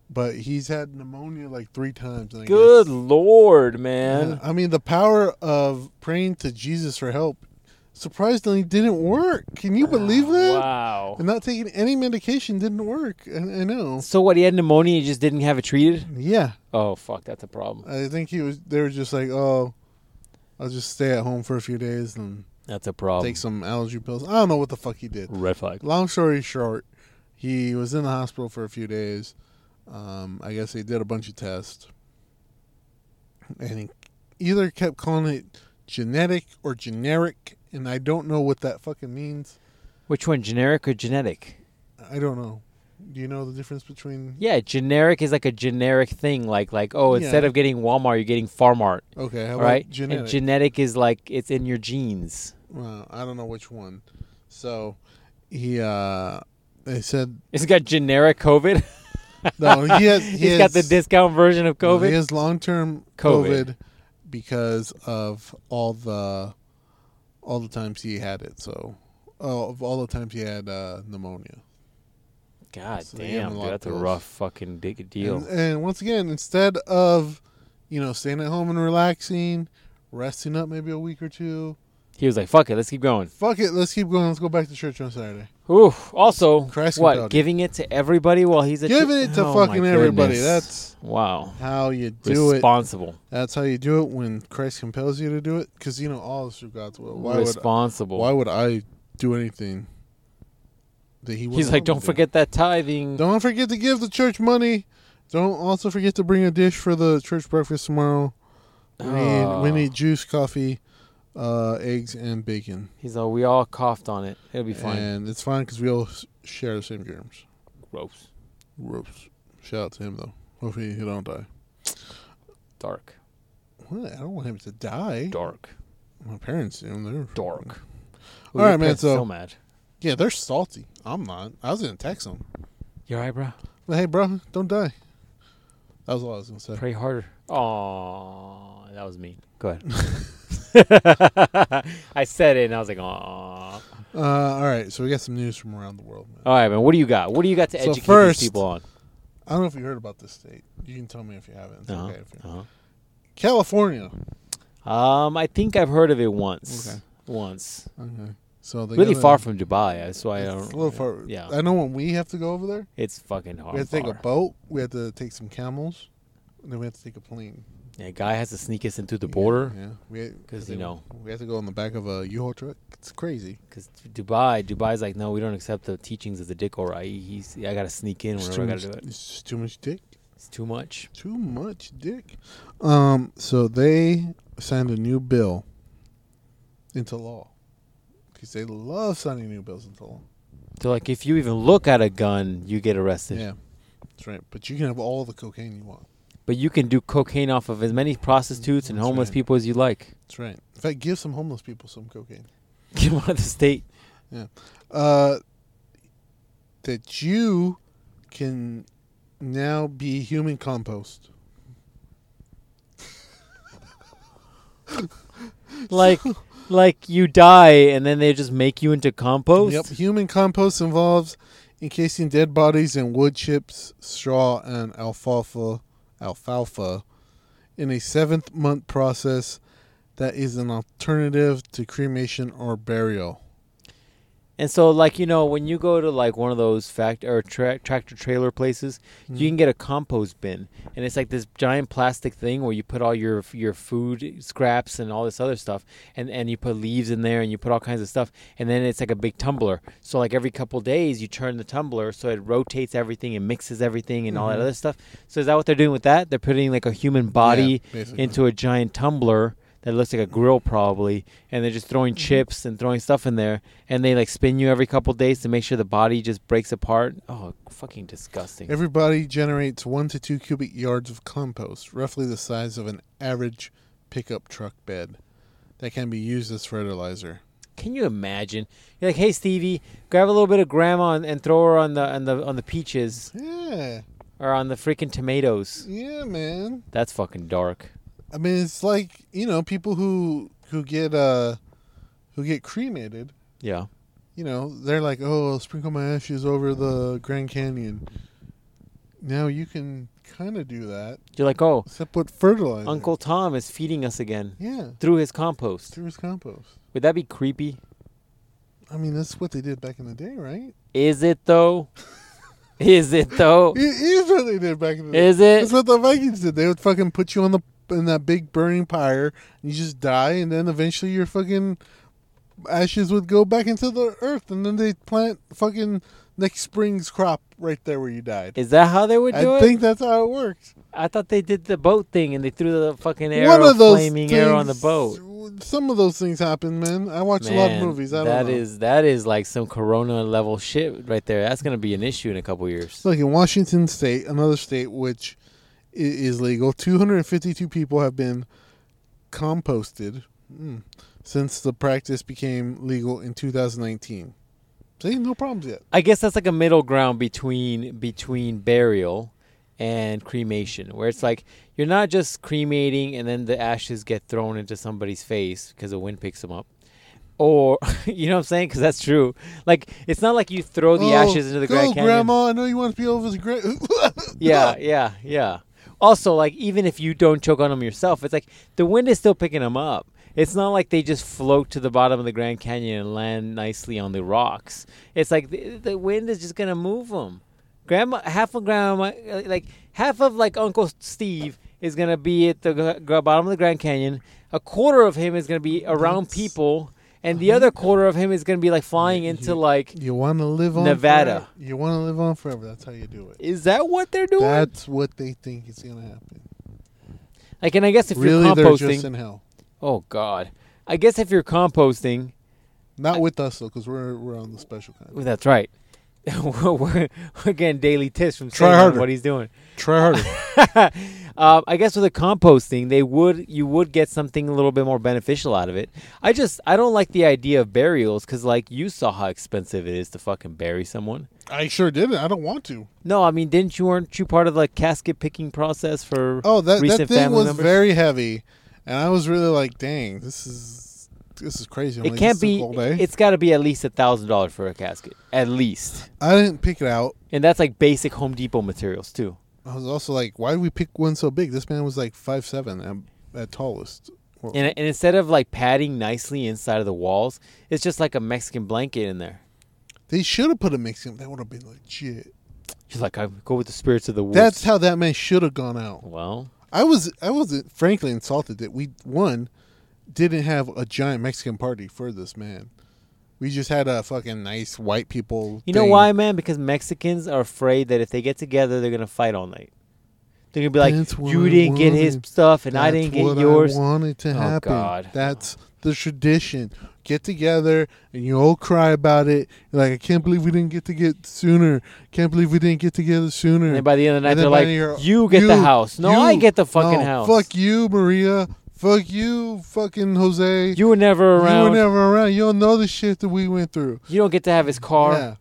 But he's had pneumonia like three times. And I
Good
guess-
lord,
Yeah,
man.
I mean, the power of praying to Jesus for help surprisingly didn't work. Can you believe that?
Ah, Wow.
And not taking any medication didn't work. I, I know.
So what? He had pneumonia. He just didn't have it treated.
Yeah,
Oh fuck, that's a problem.
I think he was. They were just like, "Oh, I'll just stay at home for a few days and
That's a problem.
take some allergy pills." I don't know what the fuck he did.
Red flag.
Long story short, he was in the hospital for a few days. Um, I guess they did a bunch of tests, and he either kept calling it genetic or generic, and I don't know what that fucking means.
Which one, generic or genetic?
I don't know. Do you know the difference between?
Yeah, generic is like a generic thing. Like like oh, instead
Yeah.
of getting Walmart, you're getting Farmart,
Okay, how
all
about
right?
genetic?
And genetic is like it's in your genes.
well, I don't know which one. So he, uh, they said
It's got generic COVID. *laughs*
no. He has. He
He's got the
has-
discount version of
Well,
COVID.
He has long term
COVID.
COVID. because of all the all the times he had it. So, oh, of all the times he had uh, pneumonia.
God
So they give
damn,
him a
dude,
lot of
that's a
pills.
rough fucking dig deal.
And, and once again, instead of you know staying at home and relaxing, resting up maybe a week or two.
he was like, "Fuck it, let's keep going."
Fuck it, let's keep going. Let's go back to church on Saturday.
Ooh, also,
Christ
what
compelled you.
giving it to everybody while he's a
Giving it to
Oh, my
fucking everybody.
goodness.
That's
wow,
how you do it.
responsible,
That's how you do it when Christ compels you to do it. Because you know all is through God's will. Why would
responsible.
Why would I do anything that he?
He's
wouldn't
like,
want me
"Don't
to?"
forget that tithing."
Don't forget to give the church money. Don't also forget to bring a dish for the church breakfast tomorrow. We need, we
Oh.
need juice, coffee, uh, eggs, and bacon.
He's all, "We all coughed on it. It'll be fine."
And it's fine because we all s- share the same germs.
Gross,
Ropes. Shout out to him though. Hopefully he don't die.
dark,
What? I don't want him to die.
dark,
My parents, you know, they're
dark.
All right,
your
man,
parents are
so-
so mad.
yeah, they're salty. I'm not. I was gonna text them.
You're right, bro.
But hey, bro, don't die. That was all I was gonna say.
Pray harder. Aw, that was mean.
*laughs*
Go ahead. *laughs* I said it, and I was like, "Aw."
Uh, all right, so we got some news from around the world, man.
All right, man. What do you got? What do you got to
So
educate
first-
these people on?
I don't know if you heard about this state. You can tell me if you haven't. It's
Uh-huh.
okay if you-
Uh-huh.
California.
Um, I think I've heard of it once.
Okay.
Once.
Okay. So they
really
got a-
far from Dubai. That's why I
it's
don't.
a little far.
Yeah,
I know when we have to go over there,
it's fucking hard.
we have to take a
far.
boat. We have to take some camels. And then we have to take a plane.
Yeah, guy has to sneak us into the
Yeah,
border
Yeah. We-
'Cause,
they-
you know.
we have to go on the back of a U-Haul truck. It's crazy.
because Dubai, Dubai's like, no, we don't accept the teachings of the dick or I. He's, I gotta sneak in
It's
whenever
too,
I
much,
gotta do it.
it's too much dick.
It's too much.
Too much dick. Um. So they signed a new bill into law because they love signing new bills into law.
So like, if you even look at a gun, you get arrested.
Yeah, that's right. But you can have all the cocaine you want.
But you can do cocaine off of as many prostitutes and
That's
homeless
right.
people as you like. *laughs*
That's right. In fact, give some homeless people some cocaine.
Get out of the state.
Uh, that you can now be human compost.
Like, like you die and then they just make you into compost.
Yep. Human compost involves encasing dead bodies in wood chips, straw, and alfalfa, alfalfa, in a seventh-month process that is an alternative to cremation or burial.
And so, like you know, when you go to like one of those fact or tra- tractor trailer places, you can get a compost bin, and it's like this giant plastic thing where you put all your your food scraps and all this other stuff, and and you put leaves in there, and you put all kinds of stuff, and then it's like a big tumbler. So like every couple days, you turn the tumbler, so it rotates everything and mixes everything and all that
Mhm.
other
Mm-hmm.
stuff. So is that what they're doing with that? They're putting like a human body
Yeah, basically.
into a giant tumbler that looks like a grill probably, and they're just throwing chips and throwing stuff in there, and they like spin you every couple days to make sure the body just breaks apart. Oh, fucking disgusting.
Everybody generates one to two cubic yards of compost, roughly the size of an average pickup truck bed, that can be used as fertilizer.
Can you imagine? You're like, hey Stevie, grab a little bit of grandma and, and throw her on the on the on the peaches
Yeah,
or on the freaking tomatoes.
yeah, man.
That's fucking dark.
I mean, it's like you know, people who who get uh who get cremated.
Yeah.
You know, they're like, oh, I'll sprinkle my ashes over the Grand Canyon. Now you can kind of do that,
You're like, oh,
except with fertilizer.
Uncle Tom is feeding us again
Yeah,
through his compost.
through his compost.
Would that be creepy?
I mean, that's what they did back in the day, right?
Is it though? Is it though?
*laughs* It is what they did back in the day.
Is it?
That's what the Vikings did. They would fucking put you on the in that big burning pyre, and you just die, and then eventually your fucking ashes would go back into the earth, and then they plant fucking next spring's crop right there where you died.
Is that how they would do
I
it?
think that's how it works.
I thought they did the boat thing and they threw the fucking arrow,
One of those
flaming arrow on the
things-
boat.
Some of those things happen, man. I watch a lot of movies. I don't
that
know.
is- that is like some corona level shit right there. That's gonna be an issue in a couple years.
Look, in Washington State, another state which i- is legal, 252 people have been composted mm, since the practice became legal in 2019. See, no problems yet.
I guess that's like a middle ground between between burial and cremation, where it's like you're not just cremating and then the ashes get thrown into somebody's face because the wind picks them up, or *laughs* you know what I'm saying? Because that's true. Like it's not like you throw the ashes into the
Oh, go,
Grand Canyon.
Grandma, I know you want to be over the Grand. *laughs*
Yeah, yeah, yeah. Also, like even if you don't choke on them yourself, it's like the wind is still picking them up. It's not like they just float to the bottom of the Grand Canyon and land nicely on the rocks. It's like the, the wind is just gonna move them. Grandma, half of grandma, uh, like half of like Uncle Steve is gonna be at the g- g- bottom of the Grand Canyon. A quarter of him is gonna be around
That's-
people, and the other quarter of him is gonna be like flying into like.
You want to live on
Nevada.
forever. You want to live on forever. That's how you do it.
Is that what they're doing?
That's what they think is going to happen.
like, and I guess if
really,
you're
they're
composting,
just in hell.
Oh God. I guess if you're composting,
Not with us though, because we're we're on the special kind.
well, that's right. *laughs* we're, we're we're getting daily tips from
Try
Sam on
harder.
what he's doing. *laughs*
Try harder.
um, I guess with the composting, they would you would get something a little bit more beneficial out of it. I just I don't like the idea of burials because like you saw how expensive it is to fucking bury someone.
I sure did it. I don't want to.
No, I mean, didn't you weren't you part of the casket picking process for?
Oh, that that
recent
thing
family
was
members?
very heavy, and I was really like, "Dang, this is this is crazy." I'm
it
like,
can't
this is a
be.
cold day.
It's got to be at least a thousand dollars for a casket, at least,
I didn't pick it out.
and that's like basic Home Depot materials too.
I was also like, "Why did we pick one so big?" This man was like five seven at, at tallest. Or-
And, and instead of like padding nicely inside of the walls, it's just like a Mexican blanket in there.
They should have put a mix in. That would have been legit.
She's like, I go with the spirits of the woods.
That's how that man should have gone out.
well,
I was I was frankly insulted that we one didn't have a giant Mexican party for this man. We just had a fucking nice white people.
you know
thing.
why, man? Because Mexicans are afraid that if they get together, they're gonna fight all night. They're gonna be like,
That's what
you
I
didn't get his
wanted.
stuff and I
That's
didn't get
what
yours.
I wanted to
Oh,
happen.
God.
That's the tradition. Get together and you all cry about it. You're like I can't believe we didn't get to get sooner. Can't believe we didn't get together sooner.
and by the end of the night,
And then
they're
by
like,
the year-
you get the
you-
house. No,
you-
I get the fucking
No,
house.
Fuck you, Maria. Fuck you, fucking Jose.
You were never around.
You were never around. You don't know the shit that we went through.
You don't get to have his car.
Yeah.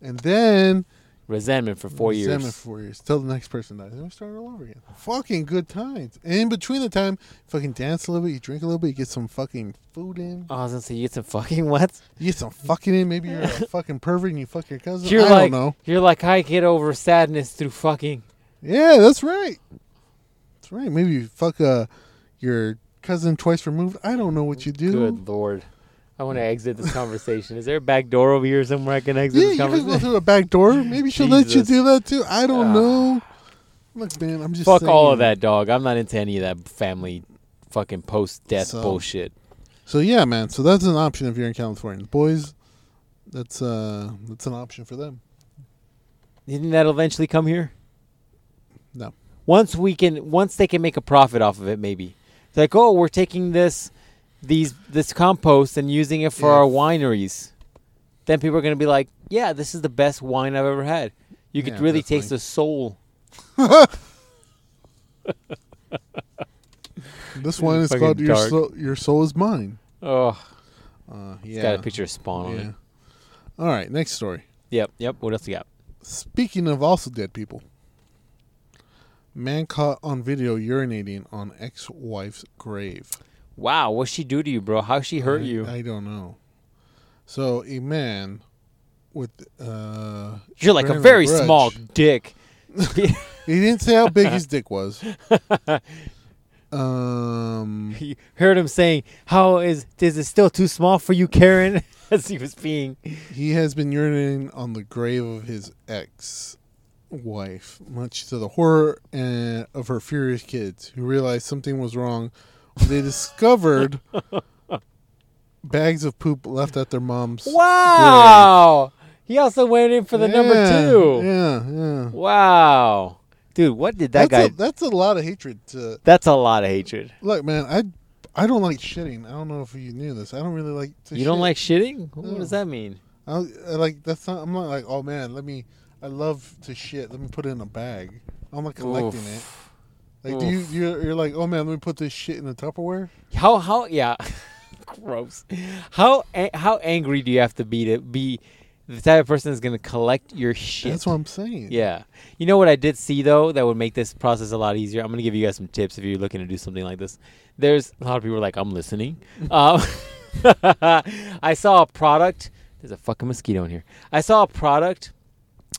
And then
Resentment for four
Resentment
years.
for four years. Till the next person dies. Then we start all over again. Fucking good times. And in between the time, fucking dance a little bit, you drink a little bit, you get some fucking food in.
Oh, I was gonna say, you get some fucking *laughs* what?
You get some fucking in. Maybe
*laughs*
you're a fucking pervert and you fuck your cousin.
You're
I
like,
don't know.
you're like, I get over sadness through fucking.
Yeah, that's right. That's right. Maybe you fuck uh, your cousin twice removed. I don't know what you do.
Good lord. I want to exit this conversation. Is there a back door over here somewhere I can exit
Yeah, you
this
could go
conversation?
through a back door. Maybe she'll let you
Jesus.
do that too. I don't
Ah.
know. Look, man, I'm just
Fuck all of
saying.
that, dog. I'm not into any of that family fucking post death
So-
bullshit.
So yeah, man. So that's an option if you're in California. Boys, that's uh that's an option for them.
You think that'll eventually come here?
No.
Once we can, once they can make a profit off of it, maybe. like, oh, we're taking this, these, this compost and using it for
Yeah.
our wineries. Then people are gonna be like, yeah, this is the best wine I've ever had. You could
Yeah,
really
definitely.
taste the soul.
This one is
Fucking
called your
dark.
soul, your soul is mine.
Oh,
Uh, yeah.
it's got a picture of Spawn on
Yeah.
it.
All right, next story.
Yep, yep. What else you got?
Speaking of also dead people, man caught on video urinating on ex-wife's grave.
Wow, what'd she do to you, bro? How she hurt
I-
you?
I don't know. So a man with uh,
You're like a
bearing
very
grudge-
small dick. *laughs*
He didn't say how big his dick was. um,
you heard him saying, "How is is it still too small for you, Karen?" *laughs* As he was peeing.
he has been urinating on the grave of his ex-wife, much to the horror uh, of her furious kids, who realized something was wrong. when They
*laughs*
discovered bags of poop left at their mom's.
Wow! He also went in for the
Yeah,
number two.
Yeah, yeah.
Wow, dude, what did
that's
that guy?
a, that's a lot of hatred to
that's a lot of hatred.
Look, man, I I don't like shitting. I don't know if you knew this. I don't really like. To
you don't
shit.
like shitting? What
No.
does that mean?
I, don't- I like that's not. I'm not like. Oh man, let me. I love to shit. Let me put it in a bag. I'm not collecting
Oof.
it. Like do you you're, you're like. Oh man, let me put this shit in a Tupperware.
How how yeah, *laughs* gross. How a- how angry do you have to be to be the type of person that's gonna collect your shit?
That's what I'm saying.
Yeah. You know what I did see though that would make this process a lot easier. I'm gonna give you guys some tips if you're looking to do something like this. There's a lot of people are like, I'm listening. um, *laughs* I saw a product. There's a fucking mosquito in here. I saw a product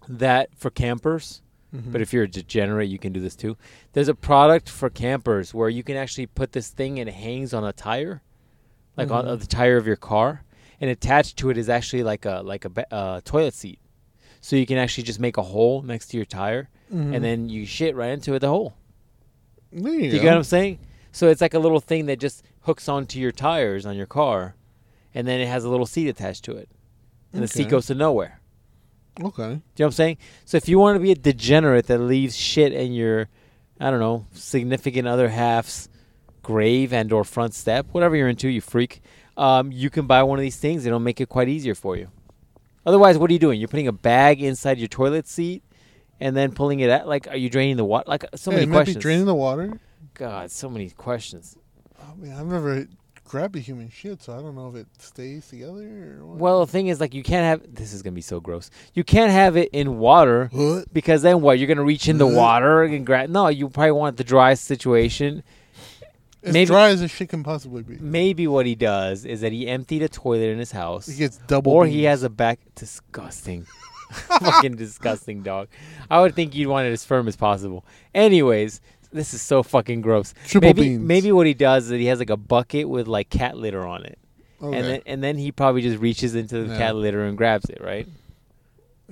that for campers.
Mm-hmm.
But if you're a degenerate, you can do this too. There's a product for campers where you can actually put this thing and it hangs on a tire, like on
Mm-hmm.
on the tire of your car, and attached to it is actually like a like a ba- uh, toilet seat so you can actually just make a hole next to your tire and then you shit right into it the hole
Mm-hmm. There you
do you
go.
get what i'm saying so it's like a little thing that just hooks onto your tires on your car and then it has a little seat attached to it and the seat
Okay.
goes to nowhere
okay.
do you know what i'm saying so if you want to be a degenerate that leaves shit in your i don't know significant other half's grave and or front step whatever you're into you freak um, you can buy one of these things it'll make it quite easier for you otherwise what are you doing you're putting a bag inside your toilet seat and then pulling it out like are you draining the water like uh, so
Hey,
many
it might be
questions
draining the water.
god so many questions
I mean, I've never grabbed a human shit, so I don't know if it stays together or what.
well the thing is like you can't have this is gonna be so gross you can't have it in water
What?
because then what you're gonna reach in the
Ugh.
water and grab no you probably want the dry situation
As
maybe-
dry as a shit can possibly be.
maybe what he does is that he emptied a toilet in his house
He gets double.
or he
beans.
has a back disgusting *laughs* fucking disgusting dog i would think you'd want it as firm as possible anyways this is so fucking gross
Triple
maybe
beans.
maybe what he does is that he has like a bucket with like cat litter on it
Okay.
and then and then he probably just reaches into the
Yeah.
cat litter and grabs it right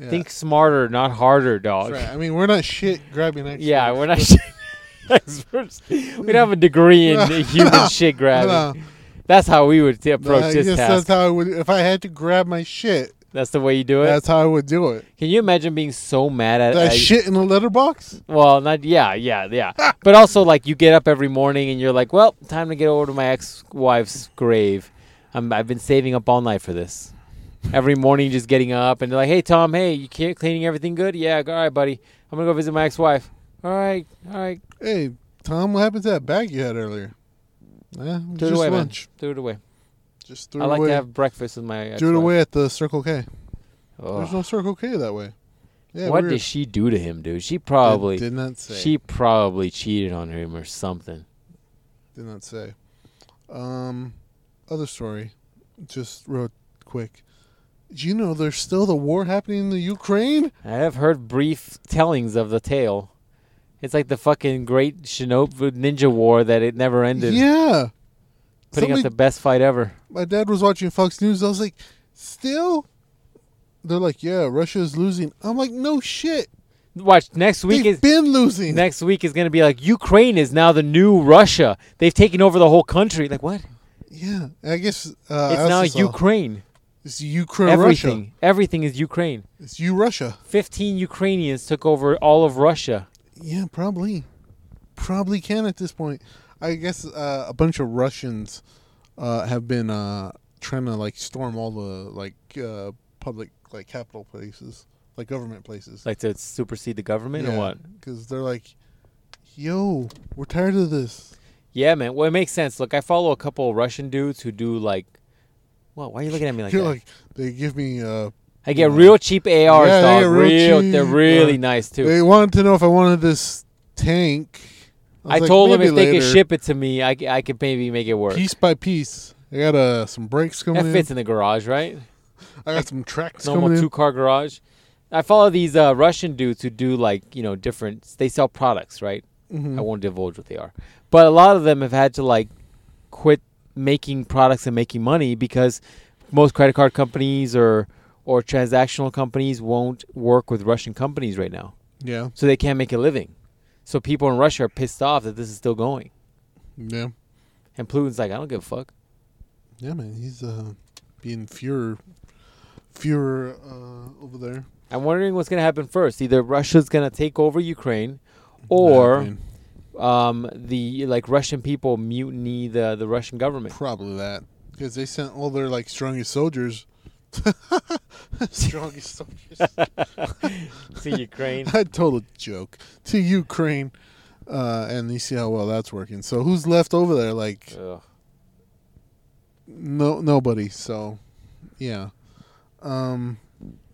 Yeah.
think smarter not harder dog
That's right. I mean, we're not shit grabbing. Experts.
yeah we're not *laughs* experts we don't have a degree
*laughs*
in human shit grabbing
No.
that's how we would t- approach
Uh,
this
yes,
task
That's how I would. If I had to grab my shit,
that's the way you do it
that's how I would do it.
Can you imagine being so mad at
That
at-
shit in a letterbox.
Well, not yeah, yeah,
*laughs*
yeah. but also, like, you get up every morning and you're like, "Well, time to get over to my ex-wife's grave. I'm, I've been saving up all night for this." Every morning, just getting up and they're like, "Hey, Tom, hey, you ca- cleaning everything good? Yeah, all right, buddy. I'm gonna go visit my ex-wife. All right, all right,
Hey, Tom, what happened to that bag you had earlier? Eh,
throw
just
it away,
lunch.
man. Throw it away.
Just threw
I
it
like
away.
to have breakfast with my ex-wife.
threw it away at the Circle K.
Ugh.
There's no Circle K that way. Yeah,
what
weird.
did she do to him, dude? She
It
probably
did not say.
she probably cheated on him or something.
did not say. Um, other story, just real quick. Do you know there's still the war happening in the Ukraine?
I have heard brief tellings of the tale. It's like the fucking great Shinobu Ninja War that it never ended,
Yeah.
putting
Somebody
up the best fight ever.
my dad was watching Fox News. I was like, still? They're like, yeah, Russia is losing. I'm like, no shit.
Watch next week
They've
is
been losing.
next week is gonna be like Ukraine is now the new Russia. They've taken over the whole country. Like what?
yeah, I guess uh,
it's
I
now
also saw-
Ukraine.
It's Ukraine,
everything,
Russia.
everything is Ukraine.
It's you, Russia.
Fifteen Ukrainians took over all of Russia.
Yeah, probably, probably can at this point. I guess uh, a bunch of Russians uh, have been uh, trying to like storm all the like uh, public like capital places, like government places.
Like to supersede the government or what?
Because they're like, yo, we're tired of this.
Yeah, man. Well, it makes sense. Look, I follow a couple Russian dudes who do like. Well, why are you looking at me
*laughs*
like
You're
that?
like they give me. Uh,
I get real cheap ARs,
Yeah, they
dog.
get real
real, they're
cheap,
really
uh,
nice too.
they wanted to know if I wanted this tank. was
I
like,
told them
"Maybe
if they could
later."
ship it to me, I, c- I could maybe make it work.
piece by piece. I got uh, some brakes coming
that
in.
fits in the garage, right?
I got some tracks
Normal
coming in.
two car garage. I follow these uh, Russian dudes who do like you know different. They sell products, right?
Mhm.
I won't divulge what they are, but a lot of them have had to like quit making products and making money because most credit card companies or or transactional companies won't work with Russian companies right now,
Yeah,
so they can't make a living. So people in Russia are pissed off that this is still going,
yeah,
and Putin's like, I don't give a fuck.
yeah, man. He's uh, being Fuhrer, Fuhrer uh, over there.
I'm wondering what's gonna happen first. Either Russia's gonna take over Ukraine,
Not
or
happening.
um, the like Russian people mutiny the the
*laughs*
Russian government.
probably that because they sent all their like strongest soldiers. *laughs* strongest soldiers.
to Ukraine.
*laughs* I told a joke to Ukraine, uh, and you see how well that's working. So who's left over there? Like
*laughs* Ugh.
no nobody. So yeah, um,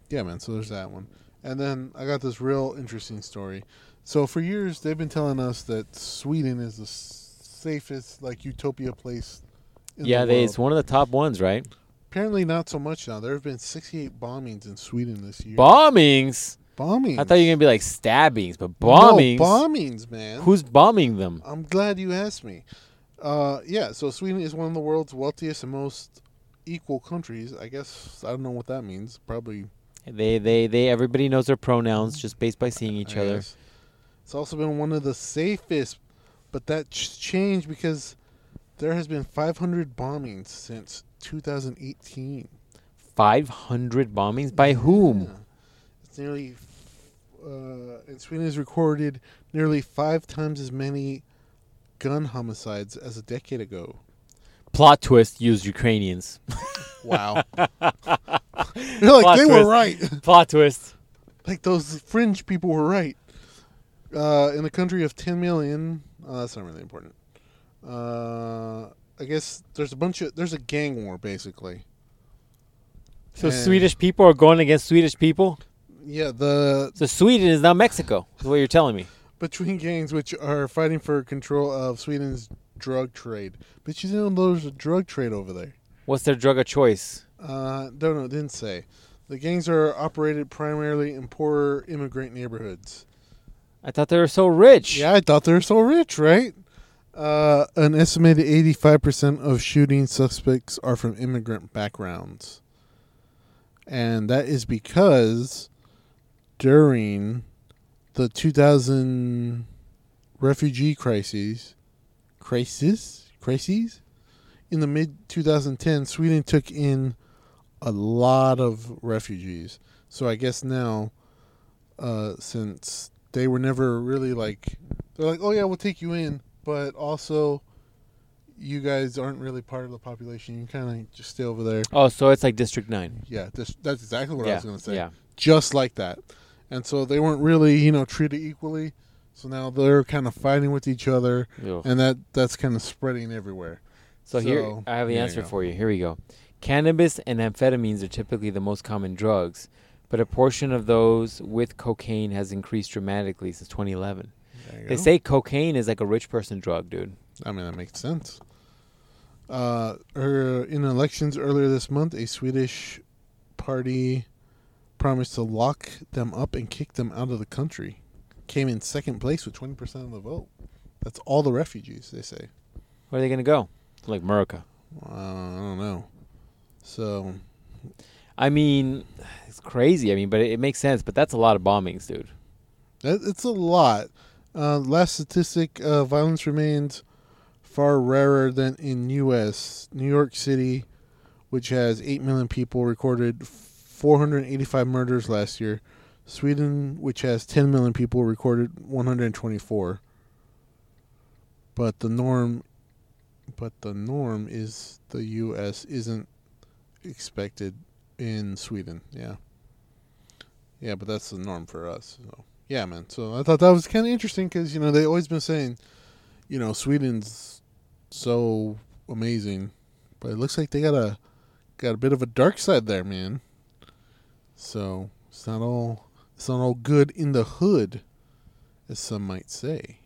yeah, man. So there's that one, and then I got this real interesting story. So for years they've been telling us that Sweden is the s- safest like utopia place. In
Yeah,
the
they,
world.
it's one of the top ones, right?
Apparently not so much now. There have been 68 bombings in Sweden this year.
Bombings.
bombings.
I thought you were gonna be like stabbings, but bombings.
No, bombings, man.
Who's bombing them?
I'm glad you asked me. Uh, yeah, so Sweden is one of the world's wealthiest and most equal countries. I guess I don't know what that means. Probably
They, they, they. Everybody knows their pronouns just based by seeing each
I
other.
guess. It's also been one of the safest, but that ch- changed because there has been 500 bombings since 2018.
Five hundred bombings by whom?
Yeah. It's nearly, uh, and Sweden has recorded nearly five times as many gun homicides as a decade ago.
Plot twist:
*laughs*
used Ukrainians. *laughs*
Wow. They're like,
Plot
they
twist.
were right. *laughs*
Plot twist.
like, those fringe people were right. Uh, in a country of 10 million, oh, that's not really important. Uh, I guess there's a bunch of, there's a gang war, basically.
So
And-
Swedish people are going against Swedish people.
Yeah, the
So Sweden is now Mexico. Is what you're telling me?
between gangs which are fighting for control of Sweden's drug trade. But you didn't know there's a drug trade over there.
What's their drug of choice?
Uh, don't know, didn't say. The gangs are operated primarily in poorer immigrant neighborhoods.
I thought they were so rich.
Yeah, I thought they were so rich, right? Uh, an estimated 85% of shooting suspects are from immigrant backgrounds. And that is because during the 2000 refugee crises, crisis, crises, in the mid 2010, Sweden took in a lot of refugees. So I guess now, uh, since they were never really like, they're like, oh yeah, we'll take you in, but also, you guys aren't really part of the population. You kind of just stay over there.
Oh, so it's like District Nine.
Yeah, this, that's exactly what
yeah.
I was going to say.
Yeah.
Just like that. And so they weren't really, you know, treated equally. So now they're kind of fighting with each other,
Ugh.
and that that's kind of spreading everywhere.
So, here,
So,
I have the
there you
answer
go.
for you. Here we go. Cannabis and amphetamines are typically the most common drugs, but a portion of those with cocaine has increased dramatically since 2011.
There you
They
go.
say cocaine is like a rich person drug, dude.
I mean, that makes sense. Uh, er, in elections earlier this month, a Swedish party promised to lock them up and kick them out of the country. Came in second place with 20% of the vote. That's all the refugees, they say.
Where are they gonna go? Like America.
Uh, I don't know. So,
I mean, it's crazy. I mean, but it, it makes sense. But that's a lot of bombings, dude.
That, it's a lot. Uh, last statistic: uh, violence remains far rarer than in U.S. New York City, which has eight million people, recorded 485 murders last year. Sweden, which has 10 million people, recorded 124. but the norm, but the norm is the U.S. isn't expected in Sweden. Yeah. Yeah, but that's the norm for us. So. Yeah, man. So I thought that was kind of interesting because you know they always been saying, you know, Sweden's so amazing, but it looks like they got a got a bit of a dark side there, man. So it's not all it's not all good in the hood, as some might say.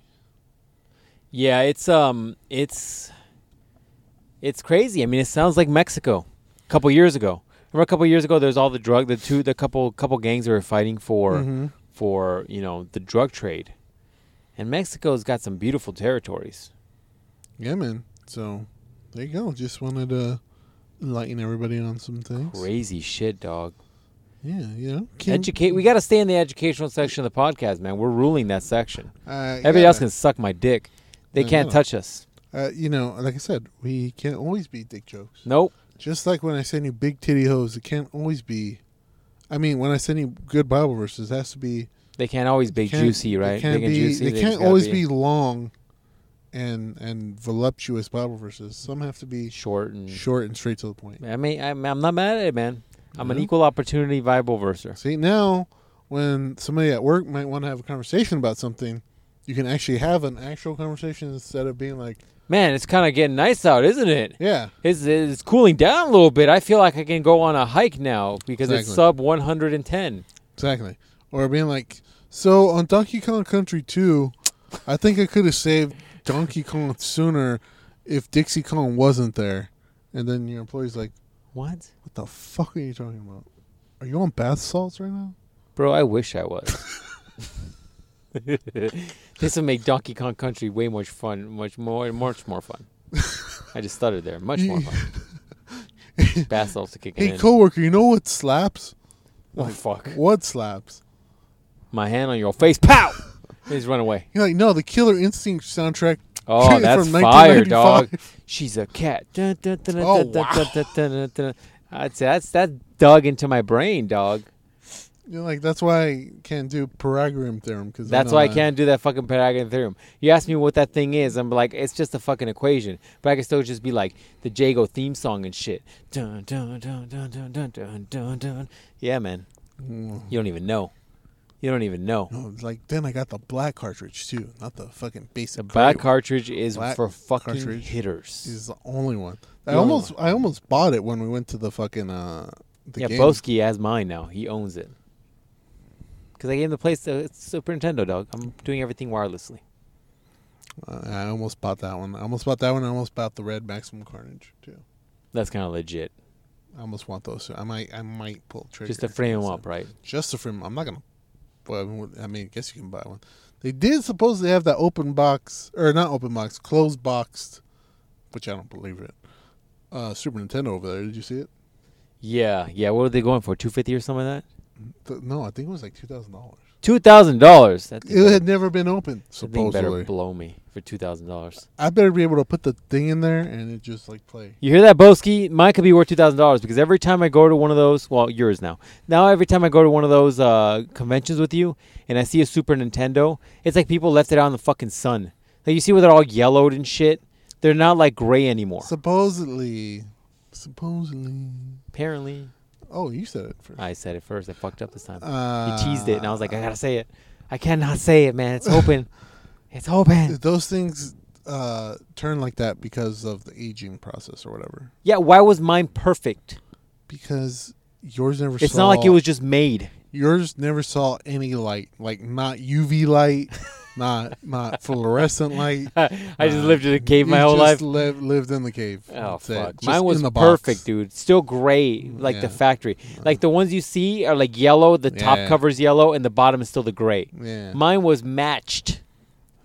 Yeah, it's um, it's it's crazy. I mean, it sounds like Mexico a couple years ago. Remember a couple years ago, there's all the drug, the two, the couple couple gangs that were fighting for
Mhm.
for you know the drug trade, and Mexico's got some beautiful territories.
Yeah, man. So there you go. Just wanted to enlighten everybody on some things.
Crazy shit, dog.
Yeah, you know.
Educate. We got to stay in the educational section of the podcast, man. We're ruling that section.
uh,
Everybody else can suck my dick. They
I
can't
know.
touch us.
Uh, you know, like I said, we can't always be dick jokes.
Nope.
Just like when I send you big titty hoes, it can't always be. I mean, when I send you good Bible verses, it has to be
They can't always be
can't-
juicy, right?
It can't
Big and
be.
juicy.
they
they just
can't
gotta
always be. long, and and voluptuous Bible verses. Some have to be
short and.
short and straight to the point.
I mean, I'm, I'm not mad at it, man. I'm an
Yeah.
equal opportunity Bible verser.
See now, when somebody at work might want to have a conversation about something, you can actually have an actual conversation instead of being like,
Man, it's kind of getting nice out, isn't it?
"Yeah,
It's, it's cooling down a little bit. I feel like I can go on a hike now because it's
Exactly.
sub 110.
exactly," or being like, "So on Donkey Kong Country 2, I think I could have saved Donkey Kong sooner if Dixie Kong wasn't there," and then your employee's like.
What?
What the fuck are you talking about? Are you on bath salts right now?
Bro, I wish I was. *laughs* this would make Donkey Kong Country way much fun, much more, much more fun. I just stuttered there. Much more fun.
*laughs*
Bath salts are kicking
Hey,
in.
coworker, you know what slaps?
oh fuck!
What slaps?
My hand on your face. Pow! He's run away.
*laughs* You're like, no, the Killer Instinct soundtrack.
Oh,
from
that's fire,
1995.
dog. She's a cat. Dun, dun, dun, dun,
Oh,
dun, dun,
wow.
dun, dun, dun, dun. That's that's that dug into my brain, dog.
You're like, that's why I can't do Pythagorean theorem because
That's why I can't do that fucking Pythagorean theorem. You ask me what that thing is, I'm like, it's just a fucking equation. But I can still just be like the Jago theme song and shit. Dun dun dun dun dun dun dun dun dun. Yeah, man.
Mm.
You don't even know. You don't even know.
No, it's like then I got the black cartridge too, not the fucking
The
basic.
black
gray
cartridge is
Black
for fucking
cartridge
hitters.
one. is the only one. I
The only
almost, I almost bought it when we went to the fucking uh, the
yeah,
game.
Boski has mine now. He owns it. Because I gave him the place to it's Super Nintendo, dog. I'm doing everything wirelessly.
Uh, I almost bought that one. I almost bought that one. I almost bought the red Maximum Carnage too.
That's kind of legit.
I almost want those. Too. I might, I might pull the trigger.
Just to frame him
So-
up, right?
Just to frame. I'm not gonna. Well, I mean, I mean, I guess you can buy one. They did supposedly have that open box or not open box, closed boxed, which I don't believe it. Uh, Super Nintendo over there. Did you see it?
Yeah, yeah. What are they going for? Two fifty or something like that?
Th- no, I think it was like two thousand dollars.
Two thousand dollars. That thing
It had
better-
never been open.
that thing better
Supposedly,
blow me for two thousand dollars.
I better be able to put the thing in there and it just like play.
You hear that, Boski? Mine could be worth two thousand dollars because every time I go to one of those, well, yours now. Now every time I go to one of those uh, conventions with you, and I see a Super Nintendo, it's like people left it out in the fucking sun. Like you see where they're all yellowed and shit. They're not like gray anymore.
Supposedly, supposedly.
Apparently,
Oh, you said it first.
I said it first. I fucked up this time.
Uh,
he teased it, and I was like, I gotta say it. I cannot say it, man.
*laughs*
It's open. it's open.
those things uh, turn like that because of the aging process or whatever.
Yeah. Why was mine perfect?
Because yours never.
It's
saw,
not like it was just made.
Yours never saw any light, like not UV light, not
*laughs*
not fluorescent light.
I just
Nah.
lived in a cave my
You
whole
Uh, just
life.
live- lived in the cave.
Oh
That's it.
fuck!
Just
Mine was
in the box. Mm,
perfect, dude. Still gray, like
yeah.
the factory. Like the ones you see are like yellow. The top
Yeah.
cover's yellow, and the bottom is still the gray.
Yeah,
Mine was matched.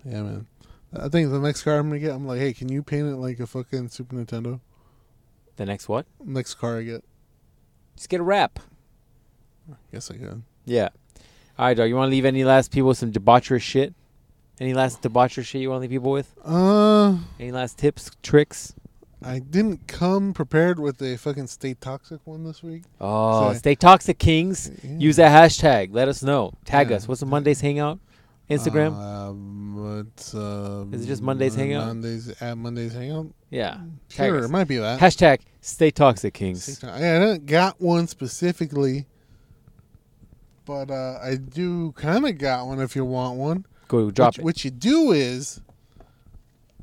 yeah, man. I think the next car I'm gonna get, I'm like, hey, can you paint it like a fucking Super Nintendo?
The next what?
Next car I get,
Just get a wrap.
yes, I can.
Yeah. All right, dog. You want to leave any last people with some debaucherous shit? Any last debaucherous shit you want to leave people with?
Uh,
Any last tips, tricks?
I didn't come prepared with a fucking stay toxic one this week.
Oh,
So-
stay toxic kings.
Yeah.
Use that hashtag. Let us know. Tag
Yeah.
us. What's the Mondays hangout? Instagram.
Um, What's um,
Is it just Monday's
uh,
Hangout?
Mondays at Mondays hangout.
Yeah. Tag
Sure,
us.
it might be that.
Hashtag stay toxic kings.
I haven't got one specifically, but uh, I do kind of got one if you want one.
Go drop
what,
it.
What you do is,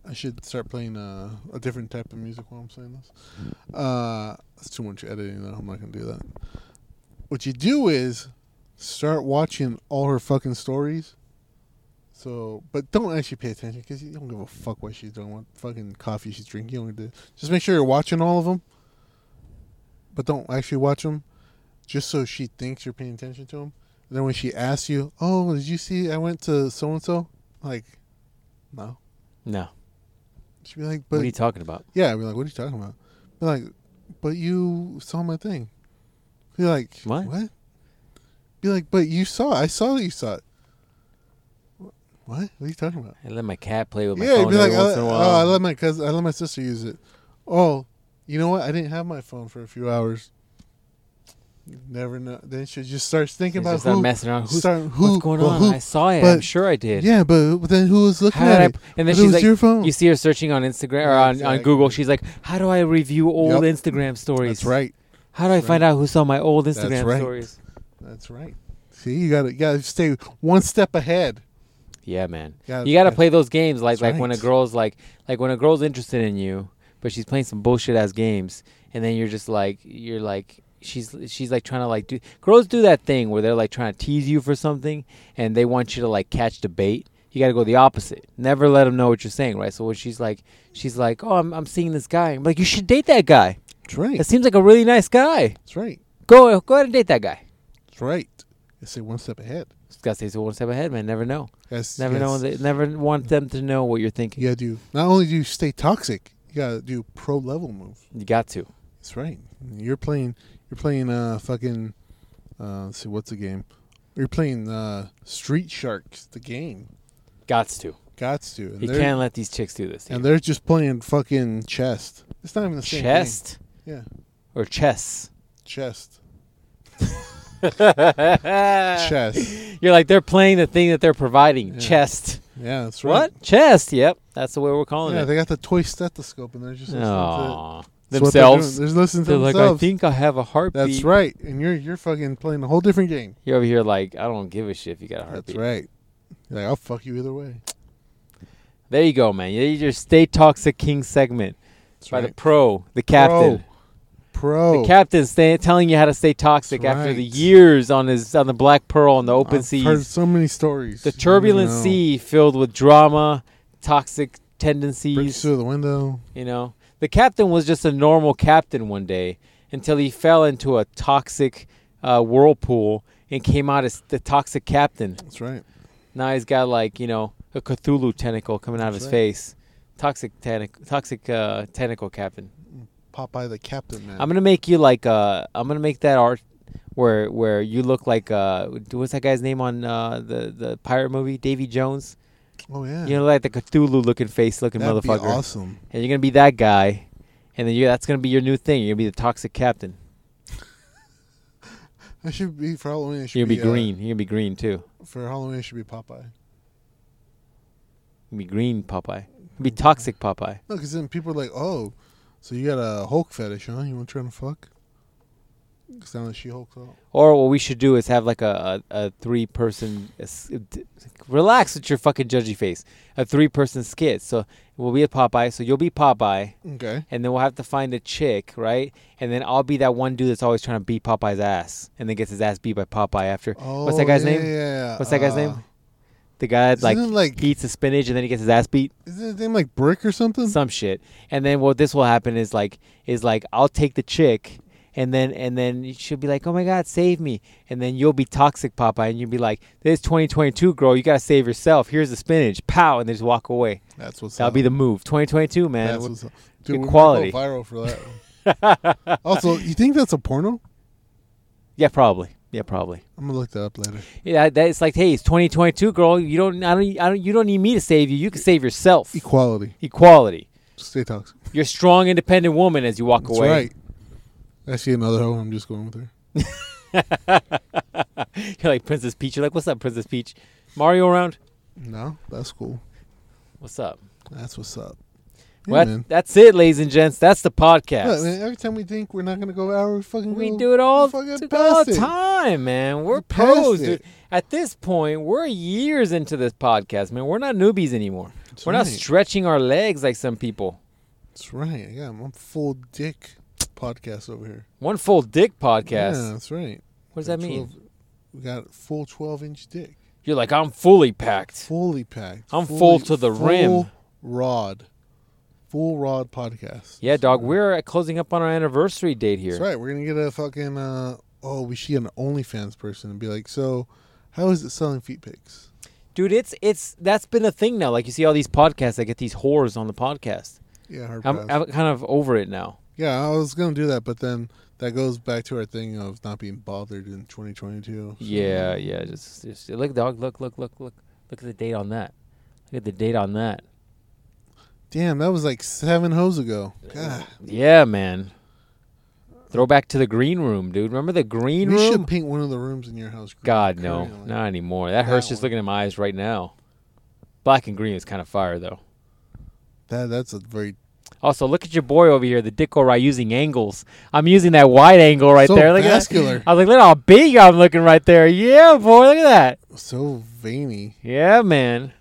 I should start playing uh, a different type of music while I'm saying this.
Mm-hmm.
Uh, it's too much editing, though. I'm not gonna do that. What you do is start watching all her fucking stories. So, but don't actually pay attention because you don't give a fuck what she's doing, what fucking coffee she's drinking. You don't do. Just make sure you're watching all of them, but don't actually watch them, just so she thinks you're paying attention to them. And then when she asks you, "Oh, did you see? I went to so and so," like, no,
No.
she'd be like,
What
"But
are you talking about?
yeah," I'd be like, "What are you talking about?" Be like, "But you saw my thing." Be like,
What?
What? Be like, "But you saw. it. I saw that you saw it." Wh- What? What are you talking about?
I let my cat play with my
yeah,
phone
be like,
every once in
"Oh,
a
"Oh, I
while.
let my cousin, I let my sister use it." Oh, you know what? I didn't have my phone for a few hours. You Never know. Then she just starts thinking
It's
about
just not
who,
messing around. Who's,
start-
what's
who-
going
well,
on?
who-
I saw it. I'm
but-
sure I did.
Yeah, but then who was looking
How did
at
I?
it?
And then
it
she's
was
like,
your phone.
you see her searching on Instagram or
Yeah,
on, on
exactly.
Google. She's like, how do I review old
Yep.
Instagram stories?
That's right.
How do I
That's
find
right.
out who saw my old
That's
Instagram
right.
stories?
That's right. See, you gotta you gotta stay one step ahead.
Yeah, man.
Yeah,
you got to
yeah.
play those games like
That's
like when a
right.
girl's like like when a girl's interested in you, but she's playing some bullshit ass games, and then you're just like you're like she's she's like trying to like do girls do that thing where they're like trying to tease you for something, and they want you to like catch the bait. You got to go the opposite. Never let them know what you're saying, right? So when she's like she's like, oh, I'm I'm seeing this guy. I'm like, you should date that guy.
That's right.
That seems like a really nice guy.
That's right.
Go go ahead and date that guy.
That's right. You stay one step ahead.
Just gotta stay one step ahead, man. Never know.
That's,
Never know.
that's-
They, never want them to know what you're thinking.
You gotta do. Not only do you stay toxic, you gotta do pro level moves.
You got to.
That's right. You're playing. You're playing. Uh, fucking. Uh, let's see what's the game. You're playing uh, Street Sharks, the game.
Gots to.
Gots to. And
You
they're-
can't let these chicks do this. to
And
you.
they're just playing fucking chest. It's not even the same.
chest
Game. Yeah, *laughs*
or chess.
chest. Uh,
Chest.
*laughs* Chest.
You're like they're playing the thing that they're providing.
Yeah.
Chest.
Yeah, that's right.
What? Chest. Yep. That's the way we're calling
Yeah,
it.
they got the toy stethoscope and they're just listening to
Aw.
That's what
themselves.
They're, doing. they're listening to
They're like, I
themselves.
think I have a heartbeat.
That's right. And you're you're fucking playing a whole different game.
You're over here like, I don't give a shit if you got a heartbeat.
That's right. You're like I'll fuck you either way.
There you go, man. You your stay toxic king segment
That's
by the
right.
pro, the captain,
Pro.
the captain stay, telling you how to stay toxic
That's
after the
right.
years on his on the black pearl on the open
I've
seas.
Heard so many stories.
The turbulent
You know,
sea filled with drama, toxic
Breaks
tendencies,
through the window.
you know. The captain was just a normal captain one day until he fell into a toxic uh, whirlpool and came out as the toxic captain.
That's right.
Now he's got like, you know, a Cthulhu tentacle coming out of his
That's right.
face. Toxic tentac- toxic uh, tentacle captain.
Popeye the captain man.
I'm going to make you like uh I'm going to make that art where where you look like uh what's that guy's name on uh, the the pirate movie Davy Jones?
oh yeah.
You know, like the Cthulhu looking face looking
That'd
motherfucker.
be awesome.
And you're gonna be that guy, and then you that's gonna be your new thing. You're gonna be the toxic captain.
I should be for Halloween. I should
You're gonna be,
uh,
green. You're gonna be green too.
for Halloween, it should be Popeye.
You're gonna be green Popeye. You'll be toxic Popeye.
No, because then people are like, "Oh, so you got a Hulk fetish, huh? You want to try to fuck?" Because now that she Hulk's out.
Or what we should do is have like a, a, a three person relax with your fucking judgy face. A three person skit. So we'll be a Popeye. So you'll be Popeye,
Okay.
and then we'll have to find a chick, right? And then I'll be that one dude that's always trying to beat Popeye's ass, and then gets his ass beat by Popeye after.
Oh,
What's that guy's
yeah,
name?
yeah, yeah.
What's that guy's
Uh,
name? The guy that like,
Isn't it like-
he eats the spinach and then he gets his ass beat.
Isn't his name like Brick or something?
Some shit. And then what this will happen is like is like I'll take the chick and then and then she'll be like, Oh my god, save me and then you'll be toxic Popeye and you'll be like, This twenty twenty two girl, you gotta save yourself. Here's the spinach. Pow and they just walk away.
That's what's
That'll
up.
be the move. Twenty twenty two, man.
That's what's up. Dude,
good
we might
quality.
Go viral for
*laughs*
that. one. also, you think that's a porno?
yeah, probably. Yeah, probably.
I'm gonna look that up later.
Yeah, that it's like, hey, it's twenty twenty two girl, you don't I don't I don't you don't need me to save you, you can save yourself.
Equality.
Equality.
Stay toxic.
You're a strong, independent woman as you walk
That's
away.
right. I see another hoe. I'm just going with her.
*laughs* You're like Princess Peach. You're like, what's up, Princess Peach? Mario around?
No, that's cool.
What's up?
That's what's up. Yeah,
well,
man.
that's it, ladies and gents. That's the podcast.
Look, man, every time we think we're not gonna go out, we fucking
we
go
do it all,
fucking
took all
past
the
it.
time, man. We're
past
pros,
it.
dude. At this point, we're years into this podcast, man. We're not newbies anymore.
That's
we're
right.
not stretching our legs like some people.
That's right. Yeah, I'm I'm full dick podcast over here.
One full dick podcast.
Yeah, that's right.
What does that
Got
mean?
12 we got full 12 inch dick,
You're like, I'm fully packed.
fully packed.
I'm
fully-
full to the rim.
full Rod, full rod podcast.
Yeah, dog. We're uh, closing up on our anniversary date here.
That's right. We're gonna get a fucking uh, oh, we should get an OnlyFans person and be like, so how is it selling feet pics?
dude. It's it's that's been a thing now. Like you see all these podcasts that get these whores on the podcast.
Yeah, hard
I'm,
pass.
I'm kind of over it now.
yeah, I was gonna do that, but then that goes back to our thing of not being bothered in 2022. So,
Yeah, yeah. Just, just look, dog. Look, look, look, look. Look at the date on that. Look at the date on that.
Damn, that was like seven hoes ago. God,
Yeah, man. Throwback to the green room, dude. Remember the green
we
room?
should paint one of the rooms in your house. green
God, no,
currently.
not anymore. That,
That
hurts just
one.
looking in my eyes right now. Black and green is kind of fire, though.
That that's a very
Also, look at your boy over here, the Dick O'Reilly using angles. I'm using that wide angle right
So
there. Look at that.
vascular.
I was like, look how big I'm looking right there. Yeah, boy, look at that.
so veiny,
Yeah, man.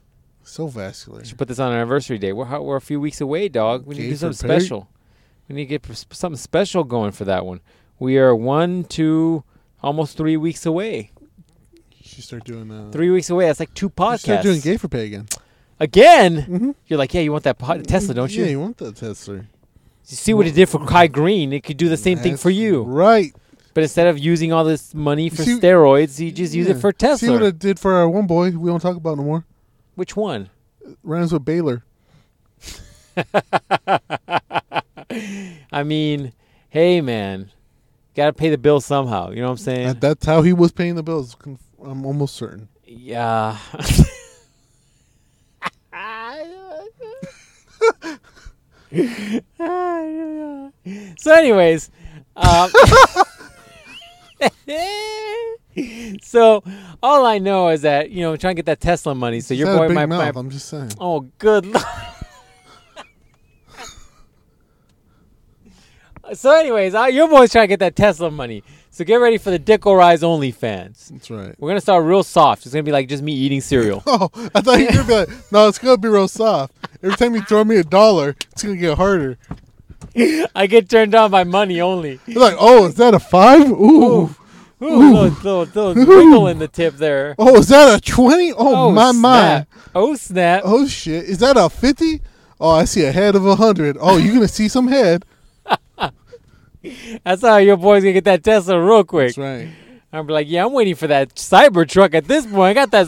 so vascular.
Should put this on our anniversary day. We're ho- we're a few weeks away, dog. We need to
Okay,
do something
prepare-
special. We need to get pres- something special going for that one. We are one, two, almost three weeks away.
She start doing uh,
Three weeks away. That's like two
you
podcasts.
start doing gay for pay again.
Again,
Mm-hmm.
you're like, yeah, you want that pod- Tesla, don't you?
Yeah, you want that Tesla?
You see what it did for Kai Green? It could do the same thing for
That's
you.
right?
But instead of using all this money for
see-
steroids, you just use it
Yeah.
for Tesla.
See what it did for our one boy we don't talk about no more.
Which one? *laughs*
Rhymes with Baylor.
I mean, hey, man, gotta pay the bill somehow. You know what I'm saying?
And that's how he was paying the bills. conf- I'm almost certain.
Yeah. *laughs* so, anyways, um, *laughs* so all I know is that you know I'm trying to get that Tesla money. So
He's
your
got a
boy,
big
my,
mouth.
my
I'm just saying.
oh good. Lord. *laughs* so, anyways, I, your boy's trying to get that Tesla money. So get ready for the Dick O'Reilly's OnlyFans.
That's right. *laughs*
We're gonna start real soft. It's gonna be like just me eating cereal.
Oh, I thought you were gonna be like, no, it's gonna be real soft. Every time you throw me a dollar, it's gonna get harder.
I get turned on by money only.
You're like, oh, is that a five? Ooh.
Ooh, little, little, little wiggle in the tip there.
Oh, is that a twenty? Oh, my my.
snap. Oh snap!
Oh shit, is that a fifty? Oh, I see a head of a hundred. Oh, you gonna see some
*laughs*
head?
That's how your boy's gonna get that Tesla real quick.
That's right.
I'm like, yeah, I'm waiting for that Cybertruck at this point. I got that